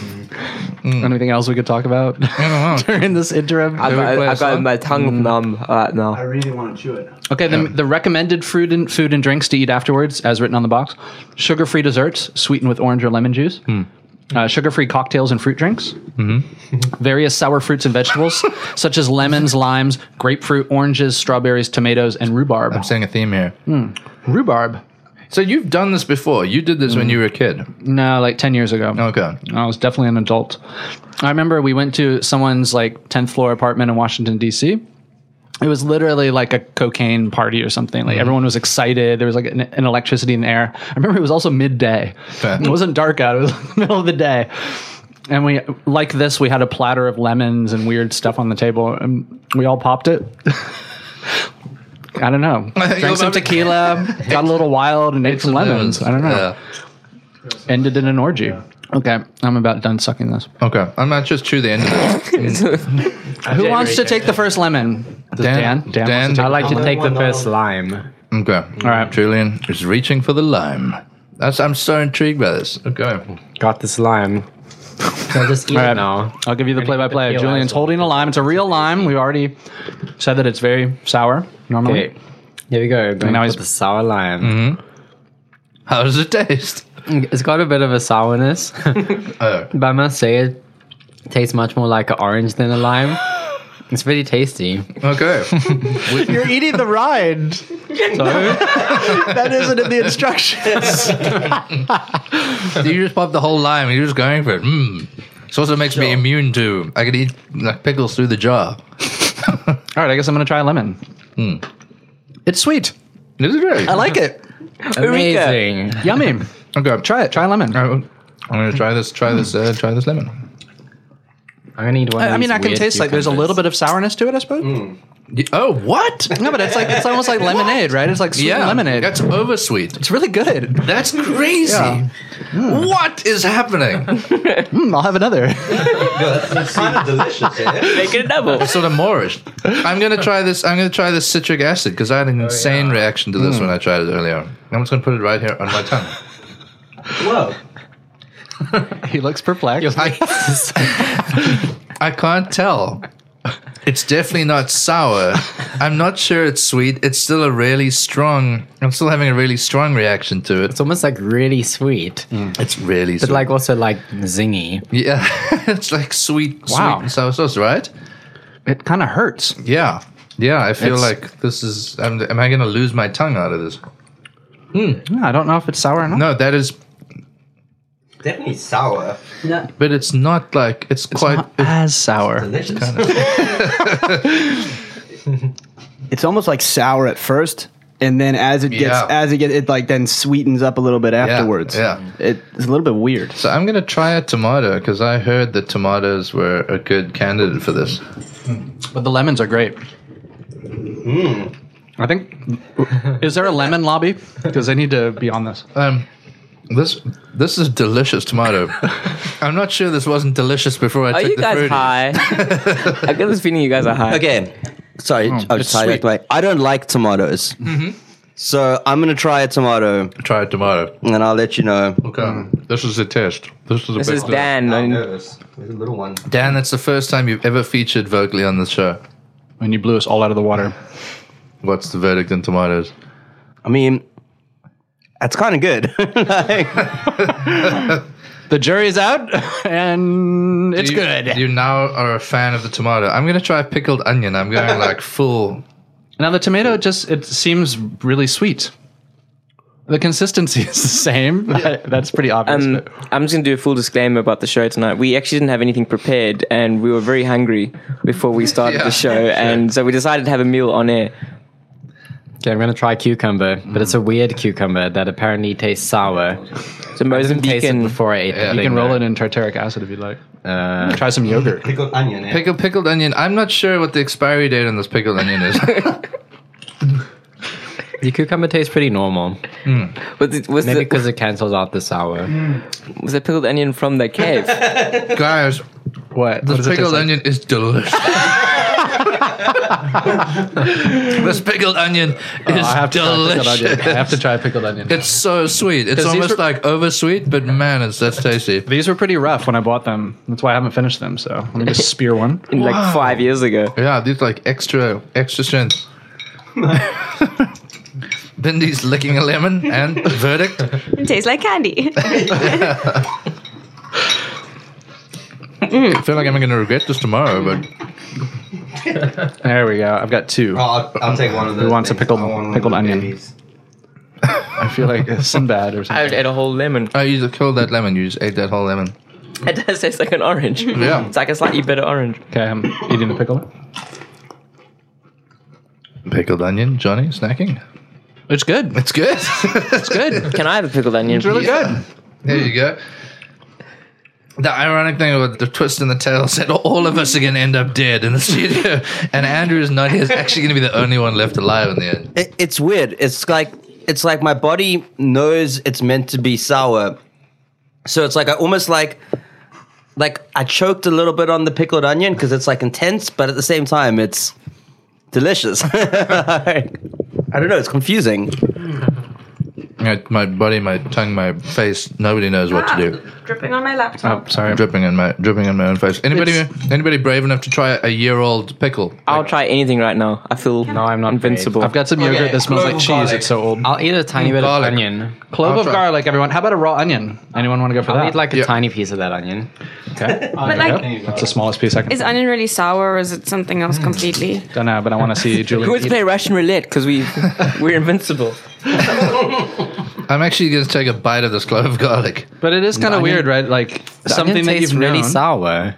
Speaker 3: Anything else we could talk about
Speaker 2: Hmm. I don't know.
Speaker 3: during this interim?
Speaker 5: I
Speaker 2: we
Speaker 5: got,
Speaker 2: play a
Speaker 5: I got
Speaker 2: song?
Speaker 5: my tongue
Speaker 2: Mm.
Speaker 5: numb right now.
Speaker 14: really want to chew it.
Speaker 3: Okay, the, the recommended food and food and drinks to eat afterwards, as written on the box: sugar-free desserts sweetened with orange or lemon juice, uh, sugar-free cocktails and fruit drinks, various sour fruits and vegetables such as lemons, limes, grapefruit, oranges, strawberries, tomatoes, and rhubarb.
Speaker 2: I'm seeing a theme here.
Speaker 3: Hmm. Rhubarb?
Speaker 2: So you've done this before. You did this when you were a kid.
Speaker 3: No, like ten years ago.
Speaker 2: Okay.
Speaker 3: I was definitely an adult. I remember we went to someone's like 10th floor apartment in Washington, D.C. It was literally like a cocaine party or something. Like everyone was excited. There was like an, an electricity in the air. I remember it was also midday.
Speaker 2: Okay.
Speaker 3: It wasn't dark out. It was the middle of the day. And we, like this, we had a platter of lemons and weird stuff on the table. And we all popped it. I don't know. Drank some tequila, got a little wild, and ate some lemons. I don't know.
Speaker 2: Yeah.
Speaker 3: Ended in an orgy. Okay, I'm about done sucking this.
Speaker 2: Okay. I might just chew the end of this.
Speaker 3: Who wants to take the first lemon? Does
Speaker 2: Dan-
Speaker 3: Dan.
Speaker 2: Dan
Speaker 3: wants
Speaker 2: I
Speaker 4: I
Speaker 3: to
Speaker 4: like to take the first lime.
Speaker 2: Okay. All
Speaker 3: right.
Speaker 2: Julian is reaching for the lime. That's, I'm so intrigued by this. Okay.
Speaker 4: Got this lime. So I'll just eat it now.
Speaker 3: take- I'll give you the play-by-play.
Speaker 4: peel
Speaker 3: Julian's
Speaker 4: as well.
Speaker 3: holding a lime. It's a real lime. We already said that it's very sour normally.
Speaker 4: Okay. Here we go. Going
Speaker 3: now
Speaker 4: for
Speaker 3: he's-
Speaker 4: the sour lime.
Speaker 2: Mm-hmm. How does it taste?
Speaker 4: It's got a bit of a sourness,
Speaker 2: Oh.
Speaker 4: but I must say it tastes much more like an orange than a lime. It's pretty tasty.
Speaker 2: Okay.
Speaker 3: You're eating the rind. that isn't in the instructions.
Speaker 2: you just pop the whole lime. You're just going for it. Mm. This also makes me immune to. I could eat like pickles through the jar.
Speaker 3: All right, I guess I'm gonna try a lemon.
Speaker 4: Hmm.
Speaker 3: It's sweet.
Speaker 2: This is great.
Speaker 3: I like it.
Speaker 4: Amazing.
Speaker 3: Yummy.
Speaker 2: Okay. uh,
Speaker 3: Try it. Try a lemon.
Speaker 2: I'm gonna try this. Try this. Uh, try this lemon.
Speaker 4: I'm gonna eat one. Hmm.
Speaker 3: I, I mean, I can taste like there's a little bit of sourness to it, I suppose.
Speaker 2: Oh, what?
Speaker 3: No, but it's like it's almost like lemonade, right? It's like sweet
Speaker 2: yeah,
Speaker 3: lemonade.
Speaker 2: That's over sweet.
Speaker 3: It's really good.
Speaker 2: That's crazy.
Speaker 3: Yeah. Hmm.
Speaker 2: What is happening?
Speaker 3: Mm, I'll have another.
Speaker 1: It's kind of delicious.
Speaker 5: Make it a double.
Speaker 2: Sort of Moorish. I'm gonna try this. I'm gonna try this citric acid because I had
Speaker 3: Oh,
Speaker 2: an insane reaction to this when I tried it earlier. I'm just gonna put it right here on my tongue.
Speaker 1: Whoa.
Speaker 3: he looks perplexed.
Speaker 2: I can't tell. It's definitely not sour. I'm not sure it's sweet. It's still a really strong. I'm still having a really strong reaction to it.
Speaker 4: It's almost like really sweet,
Speaker 2: It's really
Speaker 4: but
Speaker 2: sweet.
Speaker 4: like also like zingy.
Speaker 2: yeah, it's like sweet,
Speaker 3: Wow.
Speaker 2: sweet and sour sauce, right?
Speaker 3: it kind of hurts.
Speaker 2: Yeah, yeah. I feel
Speaker 3: It's-
Speaker 2: like this is. I'm, am I going to lose my tongue out of this?
Speaker 3: Yeah, I don't know if it's sour or not.
Speaker 2: No, that is.
Speaker 1: Definitely sour.
Speaker 2: But it's not like it's, quite.
Speaker 3: Not as sour.
Speaker 1: Delicious.
Speaker 15: It's almost like sour at first, and then as it gets
Speaker 2: Yeah.
Speaker 15: as it gets it like then sweetens up a little bit afterwards.
Speaker 2: yeah.
Speaker 15: It, it's a little bit weird.
Speaker 2: So I'm going to try a tomato because I heard that tomatoes were a good candidate for this.
Speaker 3: But the lemons are great.
Speaker 2: Hmm.
Speaker 3: I think. Is there a lemon lobby? Because I need to be on this.
Speaker 2: Um, this this is delicious tomato. I'm not sure this wasn't delicious before I
Speaker 5: Are
Speaker 2: took
Speaker 5: you
Speaker 2: the
Speaker 5: guys
Speaker 2: fruity.
Speaker 5: high? I get this feeling you guys are high.
Speaker 1: Again, sorry, I'll just
Speaker 2: Hmm. it's
Speaker 1: hide
Speaker 2: sweet. Mm-hmm.
Speaker 1: that way. I don't like tomatoes. So I'm going to try a tomato
Speaker 2: Try a tomato. Mm.
Speaker 1: and I'll let you know.
Speaker 2: Okay, um, this is a test. This is a
Speaker 5: This
Speaker 2: big
Speaker 5: is
Speaker 2: test.
Speaker 5: Dan. and
Speaker 1: nervous. There's a little one.
Speaker 2: Dan, that's the first time you've ever featured vocally on the show.
Speaker 3: And you blew us all out of the water.
Speaker 2: What's the verdict in tomatoes?
Speaker 1: I mean, that's kind of good. like,
Speaker 3: The jury's out, and it's
Speaker 2: you,
Speaker 3: good.
Speaker 2: You now are a fan of the tomato. I'm gonna try pickled onion. I'm going like full.
Speaker 3: Now the tomato just it seems really sweet. The consistency is the same. That's pretty obvious.
Speaker 5: Um,
Speaker 3: but-
Speaker 5: I'm just gonna do a full disclaimer about the show tonight. We actually didn't have anything prepared, and we were very hungry before we started
Speaker 2: Yeah,
Speaker 5: the show, and so we decided to have a meal on air.
Speaker 4: Okay, I'm gonna try cucumber, but it's a weird cucumber that apparently tastes sour.
Speaker 5: So
Speaker 4: Taste it
Speaker 5: Mozambican.
Speaker 4: before I
Speaker 2: Yeah.
Speaker 4: ate. the
Speaker 2: You
Speaker 3: you can
Speaker 4: thing,
Speaker 3: roll
Speaker 4: though.
Speaker 3: it in tartaric acid if you'd like.
Speaker 4: Uh,
Speaker 3: Try some yogurt.
Speaker 1: pickled onion. Eh?
Speaker 2: Pickled pickled onion. I'm not sure what the expiry date on this pickled onion is.
Speaker 4: the cucumber tastes pretty normal.
Speaker 5: Was it, was,
Speaker 4: Maybe
Speaker 5: the,
Speaker 4: because it cancels out the sour.
Speaker 5: was the pickled onion from the cave?
Speaker 2: Guys, this
Speaker 3: What? What does it taste
Speaker 2: pickled
Speaker 3: like?
Speaker 2: onion is delicious. this pickled onion is
Speaker 3: I have to try pickled
Speaker 2: delicious.
Speaker 3: onion. I have to try pickled onion.
Speaker 2: It's so sweet. It's
Speaker 3: these
Speaker 2: almost
Speaker 3: were-
Speaker 2: like oversweet, but man, it's that's tasty.
Speaker 3: These were pretty rough when I bought them. That's why I haven't finished them. So let me just spear one.
Speaker 5: In like five years ago.
Speaker 2: Yeah, these like extra extra strength. Bindi's licking a lemon and verdict.
Speaker 7: It tastes like candy.
Speaker 2: I feel like I'm going to regret this tomorrow, but
Speaker 3: There we go. I've got two.
Speaker 1: I'll, I'll take one of those.
Speaker 3: wants a
Speaker 1: things.
Speaker 3: pickled-
Speaker 1: I want one of
Speaker 3: pickled
Speaker 1: those
Speaker 3: onion?
Speaker 1: babies.
Speaker 3: I feel like it's Sinbad or something.
Speaker 5: I ate a whole lemon.
Speaker 2: oh, you just killed that lemon. You just ate that whole lemon.
Speaker 5: It does taste like an orange.
Speaker 2: Yeah,
Speaker 5: It's like a slightly bitter orange.
Speaker 3: Okay, um, I'm eating the pickle.
Speaker 2: pickled onion, Johnny, snacking.
Speaker 3: It's good.
Speaker 2: It's good. it's good.
Speaker 5: Can I have a pickled onion?
Speaker 3: really
Speaker 5: please?
Speaker 3: good.
Speaker 2: There you go. The ironic thing about the twist in the tale said all of us are going to end up dead in the studio, and Andrew is not. He's actually going to be the only one left alive in the end.
Speaker 1: It, it's weird. It's like it's like my body knows it's meant to be sour, so it's like I almost like like I choked a little bit on the pickled onion because it's like intense, but at the same time it's delicious. I don't know. It's confusing.
Speaker 2: My, my body, my tongue, my face. Nobody knows what to do.
Speaker 7: Dripping on my laptop.
Speaker 3: Oh, Sorry.
Speaker 2: Dripping in my dripping in my own face. Anybody anybody brave enough to try a year old pickle?
Speaker 5: I'll try anything right now. I feel no,
Speaker 4: I'm not
Speaker 5: invincible.
Speaker 3: I've got some yogurt that smells like
Speaker 1: Clove
Speaker 3: cheese.
Speaker 1: garlic.
Speaker 3: It's so old.
Speaker 4: I'll eat a tiny bit
Speaker 2: garlic.
Speaker 4: of onion.
Speaker 3: Clove
Speaker 2: I'll
Speaker 3: of
Speaker 2: try.
Speaker 3: garlic, everyone. How about a raw onion? Anyone want to go for
Speaker 4: I'll
Speaker 3: that?
Speaker 4: eat like a
Speaker 2: Yeah.
Speaker 4: tiny piece of that onion.
Speaker 3: okay.
Speaker 2: Oh,
Speaker 7: But like,
Speaker 3: That's the smallest piece I can.
Speaker 7: is onion really sour or is it something
Speaker 2: Mm.
Speaker 7: else completely?
Speaker 3: Don't know, but I want to see
Speaker 5: Who wants
Speaker 3: Julie.
Speaker 5: to play Russian roulette? Because we we're invincible.
Speaker 2: I'm actually going to take a bite of this clove of garlic.
Speaker 3: But it is kind of weird, right? Like something
Speaker 4: Onion
Speaker 3: that
Speaker 4: tastes
Speaker 3: you've
Speaker 4: really
Speaker 3: known.
Speaker 4: sour.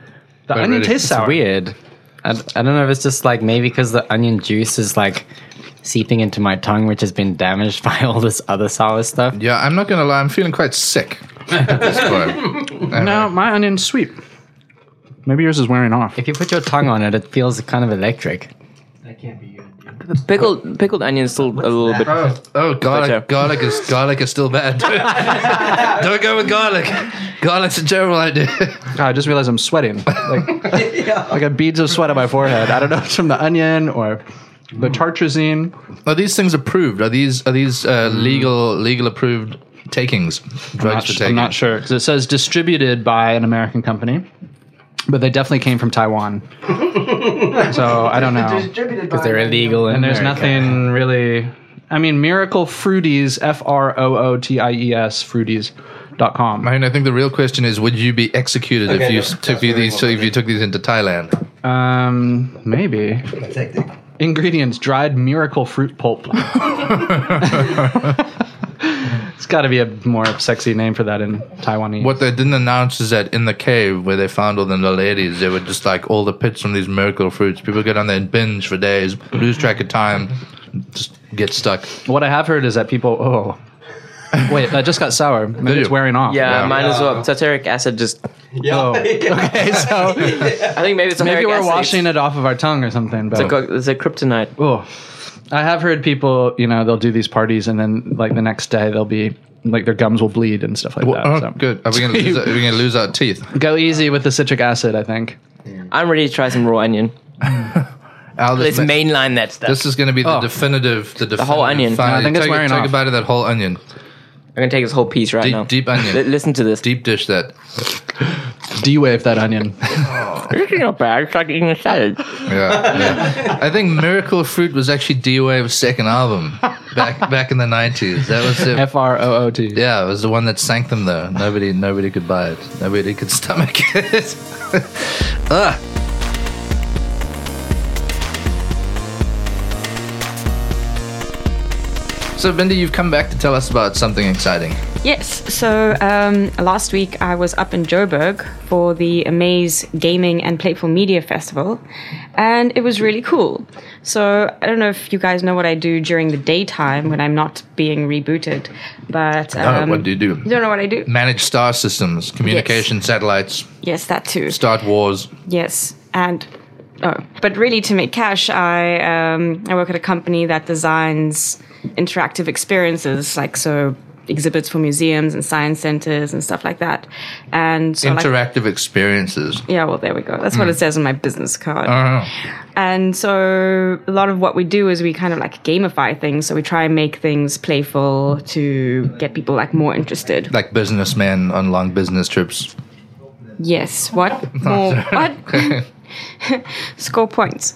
Speaker 3: The onion
Speaker 2: really-
Speaker 3: tastes
Speaker 4: It's
Speaker 3: sour.
Speaker 4: weird. I, I don't know if it's just like maybe because the onion juice is like seeping into my tongue, which has been damaged by all this other sour stuff.
Speaker 2: Yeah, I'm not going to lie. I'm feeling quite sick. at this point.
Speaker 3: No, my onion's sweet. Maybe yours is wearing off.
Speaker 4: If you put your tongue on it, it feels kind of electric.
Speaker 8: That can't be good.
Speaker 5: Pickled pickled onions still a little bit.
Speaker 2: Oh, oh garlic,
Speaker 5: Potato.
Speaker 2: garlic is garlic is still bad. Don't go with garlic. Garlic's a terrible idea.
Speaker 9: I just realized I'm sweating. Like, like a beads of sweat on my forehead. I don't know if it's from the onion or the tartrazine.
Speaker 2: Are these things approved? Are these are these uh, legal legal approved takings? Drugs
Speaker 9: I'm not,
Speaker 2: for
Speaker 9: su- I'm
Speaker 2: taking.
Speaker 9: not sure because it says distributed by an American company, but they definitely came from Taiwan. so I don't know.
Speaker 4: Because they're illegal in
Speaker 9: and there's
Speaker 4: America.
Speaker 9: nothing really. I mean, Miracle Fruities, F R O O T I E S, fruities.com.
Speaker 2: I mean, I think the real question is: Would you be executed if
Speaker 9: Okay,
Speaker 2: you
Speaker 9: that's-
Speaker 2: took you these if you took these into Thailand?
Speaker 9: Um, maybe. Ingredients dried miracle fruit pulp. it's got to be a more sexy name for that in Taiwanese.
Speaker 2: What they didn't announce is that in the cave where they found all the ladies, they were just like all the pits from these miracle fruits. People get on there and binge for days, lose track of time, just get stuck.
Speaker 9: What I have heard is that people. Oh, wait, that just got sour. Maybe it's wearing off.
Speaker 5: Yeah, mine as well. Tartaric acid just.
Speaker 9: Oh. Okay, so
Speaker 5: I think maybe it's
Speaker 9: maybe
Speaker 5: tartaric
Speaker 9: we're
Speaker 5: acid.
Speaker 9: washing it off of our tongue or something.
Speaker 5: It's a,
Speaker 9: But
Speaker 5: co- it's a kryptonite.
Speaker 9: Oh, I have heard people, you know, they'll do these parties and then like the next day they'll be like their gums will bleed and stuff like that.
Speaker 2: oh,
Speaker 9: so.
Speaker 2: good. Are we gonna lose? Our, are we gonna lose our teeth?
Speaker 9: Go easy with the citric acid, I think.
Speaker 5: I'm ready to try some raw onion. Let's
Speaker 2: this ma-
Speaker 5: mainline that stuff.
Speaker 2: This is going to be the definitive, the, definitive
Speaker 5: whole onion.
Speaker 2: final-
Speaker 5: Oh. I think it's
Speaker 2: take,
Speaker 5: wearing
Speaker 2: take
Speaker 5: off.
Speaker 2: a bite of that whole onion.
Speaker 5: I'm gonna take this whole piece right
Speaker 2: deep,
Speaker 5: now.
Speaker 2: Deep onion.
Speaker 5: Li- listen to this.
Speaker 2: Deep dish that.
Speaker 9: D wave that onion.
Speaker 5: This is not bad. It's like eating a salad.
Speaker 2: Yeah, yeah. I think Miracle Fruit was actually D Wave's second album back back in the nineties. That was it.
Speaker 9: F R O O T.
Speaker 2: Yeah, it was the one that sank them though. Nobody nobody could buy it. Nobody could stomach it. Ah. Ugh. So, Binda, you've come back to tell us about something exciting.
Speaker 7: Yes, so um, last week I was up in Joburg for the Amaze Gaming and Playful Media Festival, and it was really cool. So I don't know if you guys know what I do during the daytime when I'm not being rebooted, but.
Speaker 2: No,
Speaker 7: Um,
Speaker 2: what do you do?
Speaker 7: You don't know what I do?
Speaker 2: Manage star systems, communication satellites,
Speaker 7: Yes, that too.
Speaker 2: start wars.
Speaker 7: Yes, and oh, but really to make cash, I um, I work at a company that designs interactive experiences, like so exhibits for museums and science centers and stuff like that. And so like-
Speaker 2: interactive experiences.
Speaker 7: yeah, well, there we go. That's what it says on my business card.
Speaker 2: Oh.
Speaker 7: And so a lot of what we do is we kind of like gamify things. So we try and make things playful to get people like more interested.
Speaker 2: Like businessmen on long business trips.
Speaker 7: Yes. What? More, what? Score points.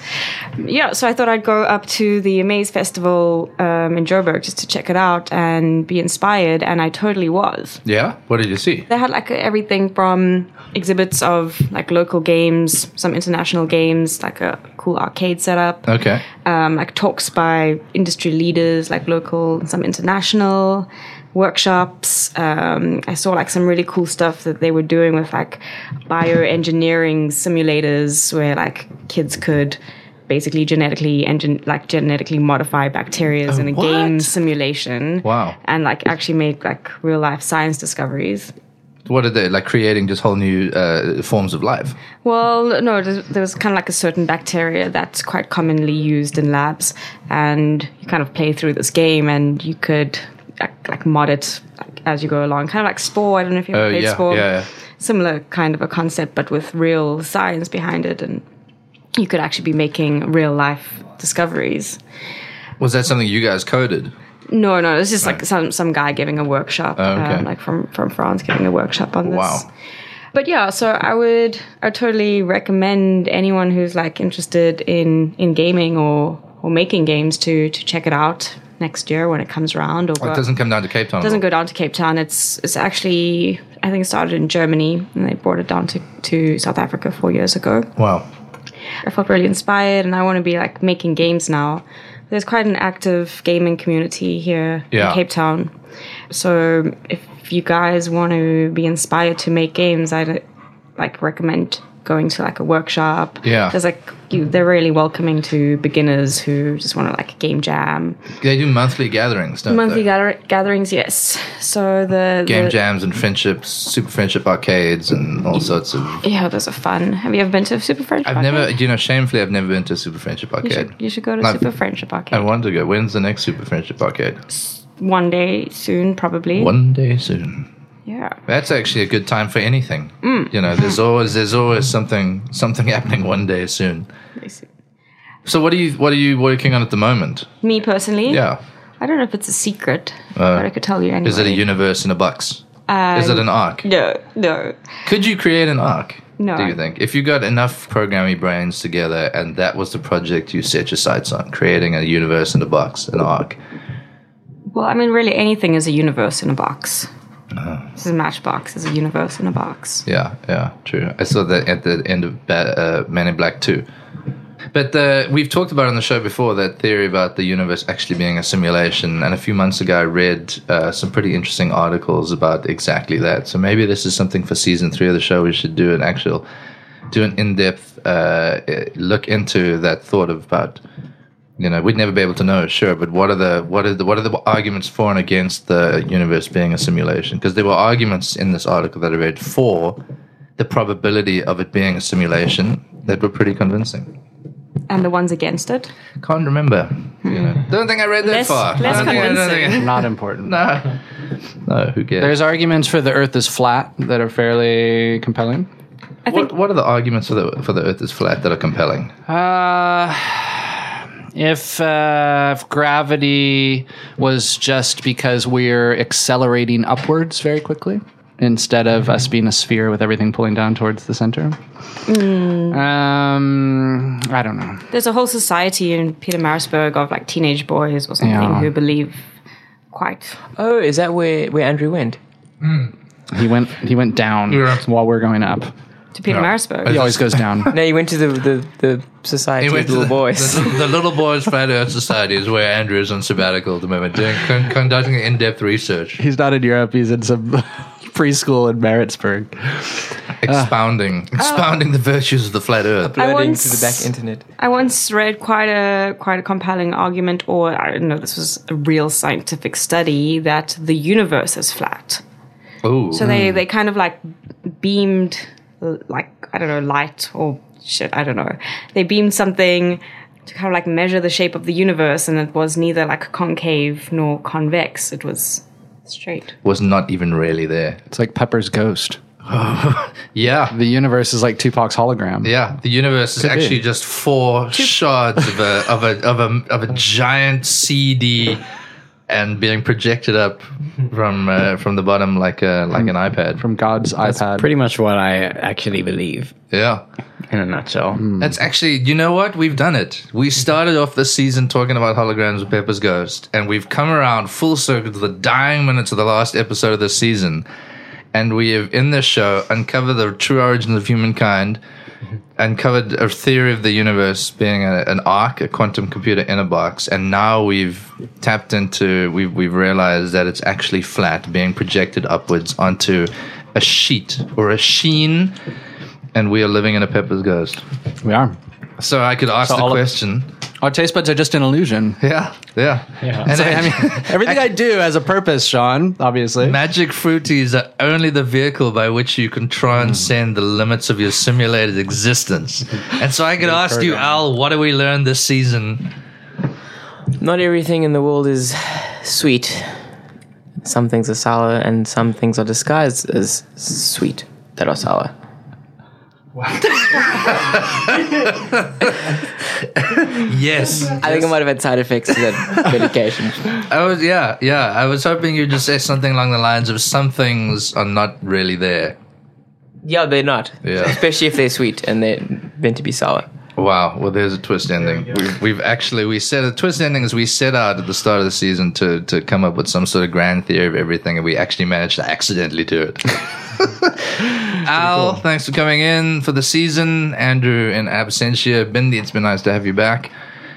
Speaker 7: Yeah, so I thought I'd go up to the Amaze Festival um, in Joburg just to check it out and be inspired, and I totally was.
Speaker 2: Yeah? What did you see?
Speaker 7: They had like everything from exhibits of like local games, some international games, like a cool arcade setup,
Speaker 2: Okay.
Speaker 7: um, like talks by industry leaders, like local and some international workshops. Um, I saw like some really cool stuff that they were doing with like bioengineering simulators where like kids could basically genetically engine like genetically modify bacteria in a
Speaker 2: Oh, what?
Speaker 7: game simulation
Speaker 2: Wow.
Speaker 7: and like actually make like real life science discoveries
Speaker 2: What are they like creating just whole new uh, forms of life?
Speaker 7: Well, no, there's- there was kind of like a certain bacteria that's quite commonly used in labs, and you kind of play through this game, and you could like, like mod it like, as you go along, kind of like Spore. I don't know if you've
Speaker 2: Oh,
Speaker 7: ever played
Speaker 2: yeah,
Speaker 7: Spore.
Speaker 2: yeah, yeah.
Speaker 7: Similar kind of a concept, but with real science behind it, and you could actually be making real life discoveries.
Speaker 2: Was that something you guys coded?
Speaker 7: No, no, it's just like some some guy giving a workshop,
Speaker 2: Oh, okay.
Speaker 7: um, like from from France, giving a workshop on this.
Speaker 2: Wow.
Speaker 7: But yeah, so I would I would totally recommend anyone who's like interested in in gaming or or making games to to check it out next year when it comes around. Or
Speaker 2: Oh, it doesn't come down to Cape Town.
Speaker 7: it doesn't go down to Cape Town. It's it's actually I think it started in Germany and they brought it down to to South Africa four years ago.
Speaker 2: Wow.
Speaker 7: I felt really inspired and I want to be like making games now. There's quite an active gaming community here
Speaker 2: Yeah.
Speaker 7: in Cape Town. So if you guys want to be inspired to make games, I'd like recommend going to like a workshop.
Speaker 2: Yeah.
Speaker 7: There's like, you, they're really welcoming to beginners who just want to like game jam.
Speaker 2: They do monthly gatherings, don't
Speaker 7: Monthly
Speaker 2: they?
Speaker 7: gather- gatherings, yes. So the.
Speaker 2: Game
Speaker 7: the,
Speaker 2: jams and friendships, super friendship arcades, and all sorts of.
Speaker 7: Yeah, those are fun. Have you ever been to a Super Friendship
Speaker 2: I've
Speaker 7: Arcade?
Speaker 2: never, you know, shamefully, I've never been to a Super Friendship
Speaker 7: You
Speaker 2: Arcade.
Speaker 7: should, you should go to
Speaker 2: Like-
Speaker 7: Super Friendship Arcade
Speaker 2: I wanted to go. When's the next Super Friendship Arcade?
Speaker 7: one day soon, probably.
Speaker 2: One day soon.
Speaker 7: Yeah.
Speaker 2: That's actually a good time for anything.
Speaker 7: Mm.
Speaker 2: You know, there's always there's always something something happening one day soon. So what are you what are you working on at the moment?
Speaker 7: Me personally?
Speaker 2: Yeah.
Speaker 7: I don't know if it's a secret,
Speaker 2: Uh,
Speaker 7: but I could tell you anyway.
Speaker 2: Is it a universe in a box?
Speaker 7: Um,
Speaker 2: is it an arc?
Speaker 7: No, no.
Speaker 2: Could you create an arc?
Speaker 7: No.
Speaker 2: Do you think if you got enough programming brains together and that was the project you set your sights on, creating a universe in a box, an arc?
Speaker 7: Well, I mean, really, anything is a universe in a box.
Speaker 2: Uh-huh.
Speaker 7: This is Matchbox, is a universe in a box.
Speaker 2: Yeah, yeah, true. I saw that at the end of Ba- uh, Man in Black 2. But uh we've talked about on the show before that theory about the universe actually being a simulation. And a few months ago, I read uh, some pretty interesting articles about exactly that. So maybe this is something for season three of the show. We should do an actual, do an in depth uh, eh, look into that thought of about. You know, we'd never be able to know, sure, but what are the what are the what are the arguments for and against the universe being a simulation? Because there were arguments in this article that I read for the probability of it being a simulation that were pretty convincing
Speaker 7: And the ones against it?
Speaker 2: Can't remember. You
Speaker 5: Hmm.
Speaker 2: know. Don't think I read that
Speaker 7: Less-
Speaker 2: far.
Speaker 7: less
Speaker 2: Don't think I- don't think I-
Speaker 9: Not important.
Speaker 2: no. No, who cares?
Speaker 9: There's arguments for the Earth is flat that are fairly compelling.
Speaker 2: what, what are the arguments for the for the Earth is flat that are compelling?
Speaker 9: Uh, if, uh, if gravity was just because we're accelerating upwards very quickly instead of us being a sphere with everything pulling down towards the center.
Speaker 7: Mm.
Speaker 9: Um, I don't know.
Speaker 7: There's a whole society in Peter Marisburg of like teenage boys or something
Speaker 9: Yeah.
Speaker 7: who believe quite.
Speaker 5: Oh, is that where, where Andrew went?
Speaker 9: He went he went down while we're going up.
Speaker 7: To Peter
Speaker 9: Yeah.
Speaker 7: Marisburg.
Speaker 9: He always goes down.
Speaker 5: No, you went to the the, the society of little
Speaker 2: the,
Speaker 5: boys.
Speaker 2: The, the Little Boys Flat Earth Society is where Andrew is on sabbatical at the moment, doing, con- conducting in-depth research,
Speaker 9: He's not in Europe. He's in some preschool in Maritzburg.
Speaker 2: Ah. expounding
Speaker 9: Ah.
Speaker 2: expounding the virtues of the flat Earth.
Speaker 7: I once- to the back
Speaker 5: internet.
Speaker 7: I once read quite a quite a compelling argument, or I don't know, this was a real scientific study that the universe is flat.
Speaker 2: Oh,
Speaker 7: So they they kind of like beamed uh, like I don't know light or shit I don't know. They beamed something to kind of like measure the shape of the universe, and it was neither like concave nor convex. It was straight.
Speaker 2: was not even really there.
Speaker 9: It's like Pepper's ghost.
Speaker 2: Yeah,
Speaker 9: The universe is like Tupac's hologram.
Speaker 2: yeah. The universe is
Speaker 9: Could be.
Speaker 2: actually just four shards of a of a of a of a giant CD. And being projected up from uh, from the bottom like a like
Speaker 9: Mm.
Speaker 2: an iPad
Speaker 9: from God's iPad.
Speaker 4: Pretty much what I actually believe
Speaker 2: Yeah.
Speaker 4: in a nutshell. Mm-hmm.
Speaker 2: That's actually, you know what? We've done it. We started off this season talking about holograms with Pepper's Ghost, and we've come around full circle to the dying minutes of the last episode of this season. And we have, in this show, uncovered the true origins of humankind,
Speaker 4: Mm-hmm.
Speaker 2: uncovered a theory of the universe being a, an arc, a quantum computer in a box, and now we've tapped into, we've, we've realized that it's actually flat, being projected upwards onto a sheet or a sheen, and we are living in a Pepper's Ghost.
Speaker 9: We are.
Speaker 2: So I could ask
Speaker 9: So
Speaker 2: the
Speaker 9: all of-
Speaker 2: question.
Speaker 9: Our taste buds are just an illusion.
Speaker 2: yeah, yeah.
Speaker 9: Yeah.
Speaker 2: And
Speaker 9: I mean, everything I do has a purpose, Sean, obviously.
Speaker 2: magic fruities are only the vehicle by which you can transcend the limits of your simulated existence. And so I could ask you, Al, what do we learn this season?
Speaker 5: Not everything in the world is sweet. Some things are sour, and some things are disguised as sweet that are sour.
Speaker 2: Yes.
Speaker 5: I think I might have had side effects to that medication.
Speaker 2: I was, yeah, yeah. I was hoping you'd just say something along the lines of some things are not really there.
Speaker 5: Yeah, they're not.
Speaker 2: Yeah.
Speaker 5: Especially if they're sweet and they're meant to be sour.
Speaker 2: Wow. Well, there's a twist ending. We've, we've actually we set a twist ending as we set out at the start of the season to to come up with some sort of grand theory of everything, and we actually managed to accidentally do it. Al, thanks for coming in for the season. Andrew in absentia. Bindi, it's been nice to have you back.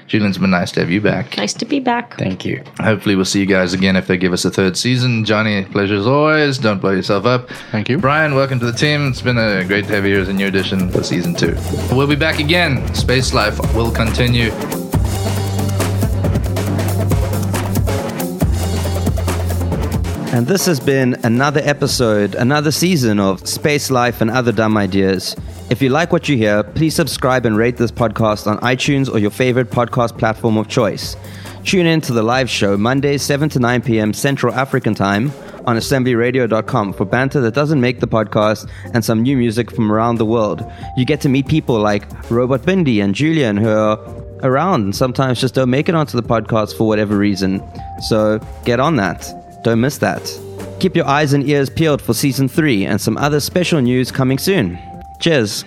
Speaker 2: Julian's been nice to have you back.
Speaker 7: Nice to be back.
Speaker 4: Thank you.
Speaker 2: Hopefully, we'll see you guys again if they give us a third season. Johnny, pleasure as always. Don't blow yourself up. Thank you. Brian, welcome to the team. It's been a great to have you here as a new addition for season two. We'll be back again. Space life will continue.
Speaker 1: And this has been another episode, another season of Space Life and Other Dumb Ideas. If you like what you hear, please subscribe and rate this podcast on iTunes or your favorite podcast platform of choice. Tune in to the live show Mondays, 7 to 9 p.m. Central African Time on assemblyradio.com for banter that doesn't make the podcast and some new music from around the world. You get to meet people like Robot Bindi and Julian who are around and sometimes just don't make it onto the podcast for whatever reason. So get on that. Don't miss that. Keep your eyes and ears peeled for season three and some other special news coming soon. Cheers.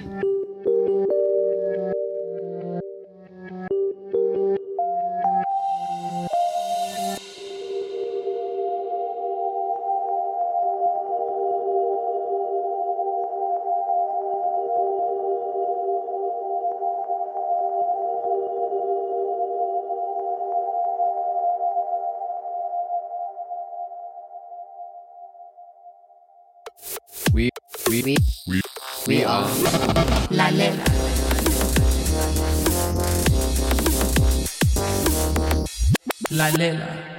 Speaker 16: We we we we, we are
Speaker 17: La Leva.
Speaker 16: La Lela.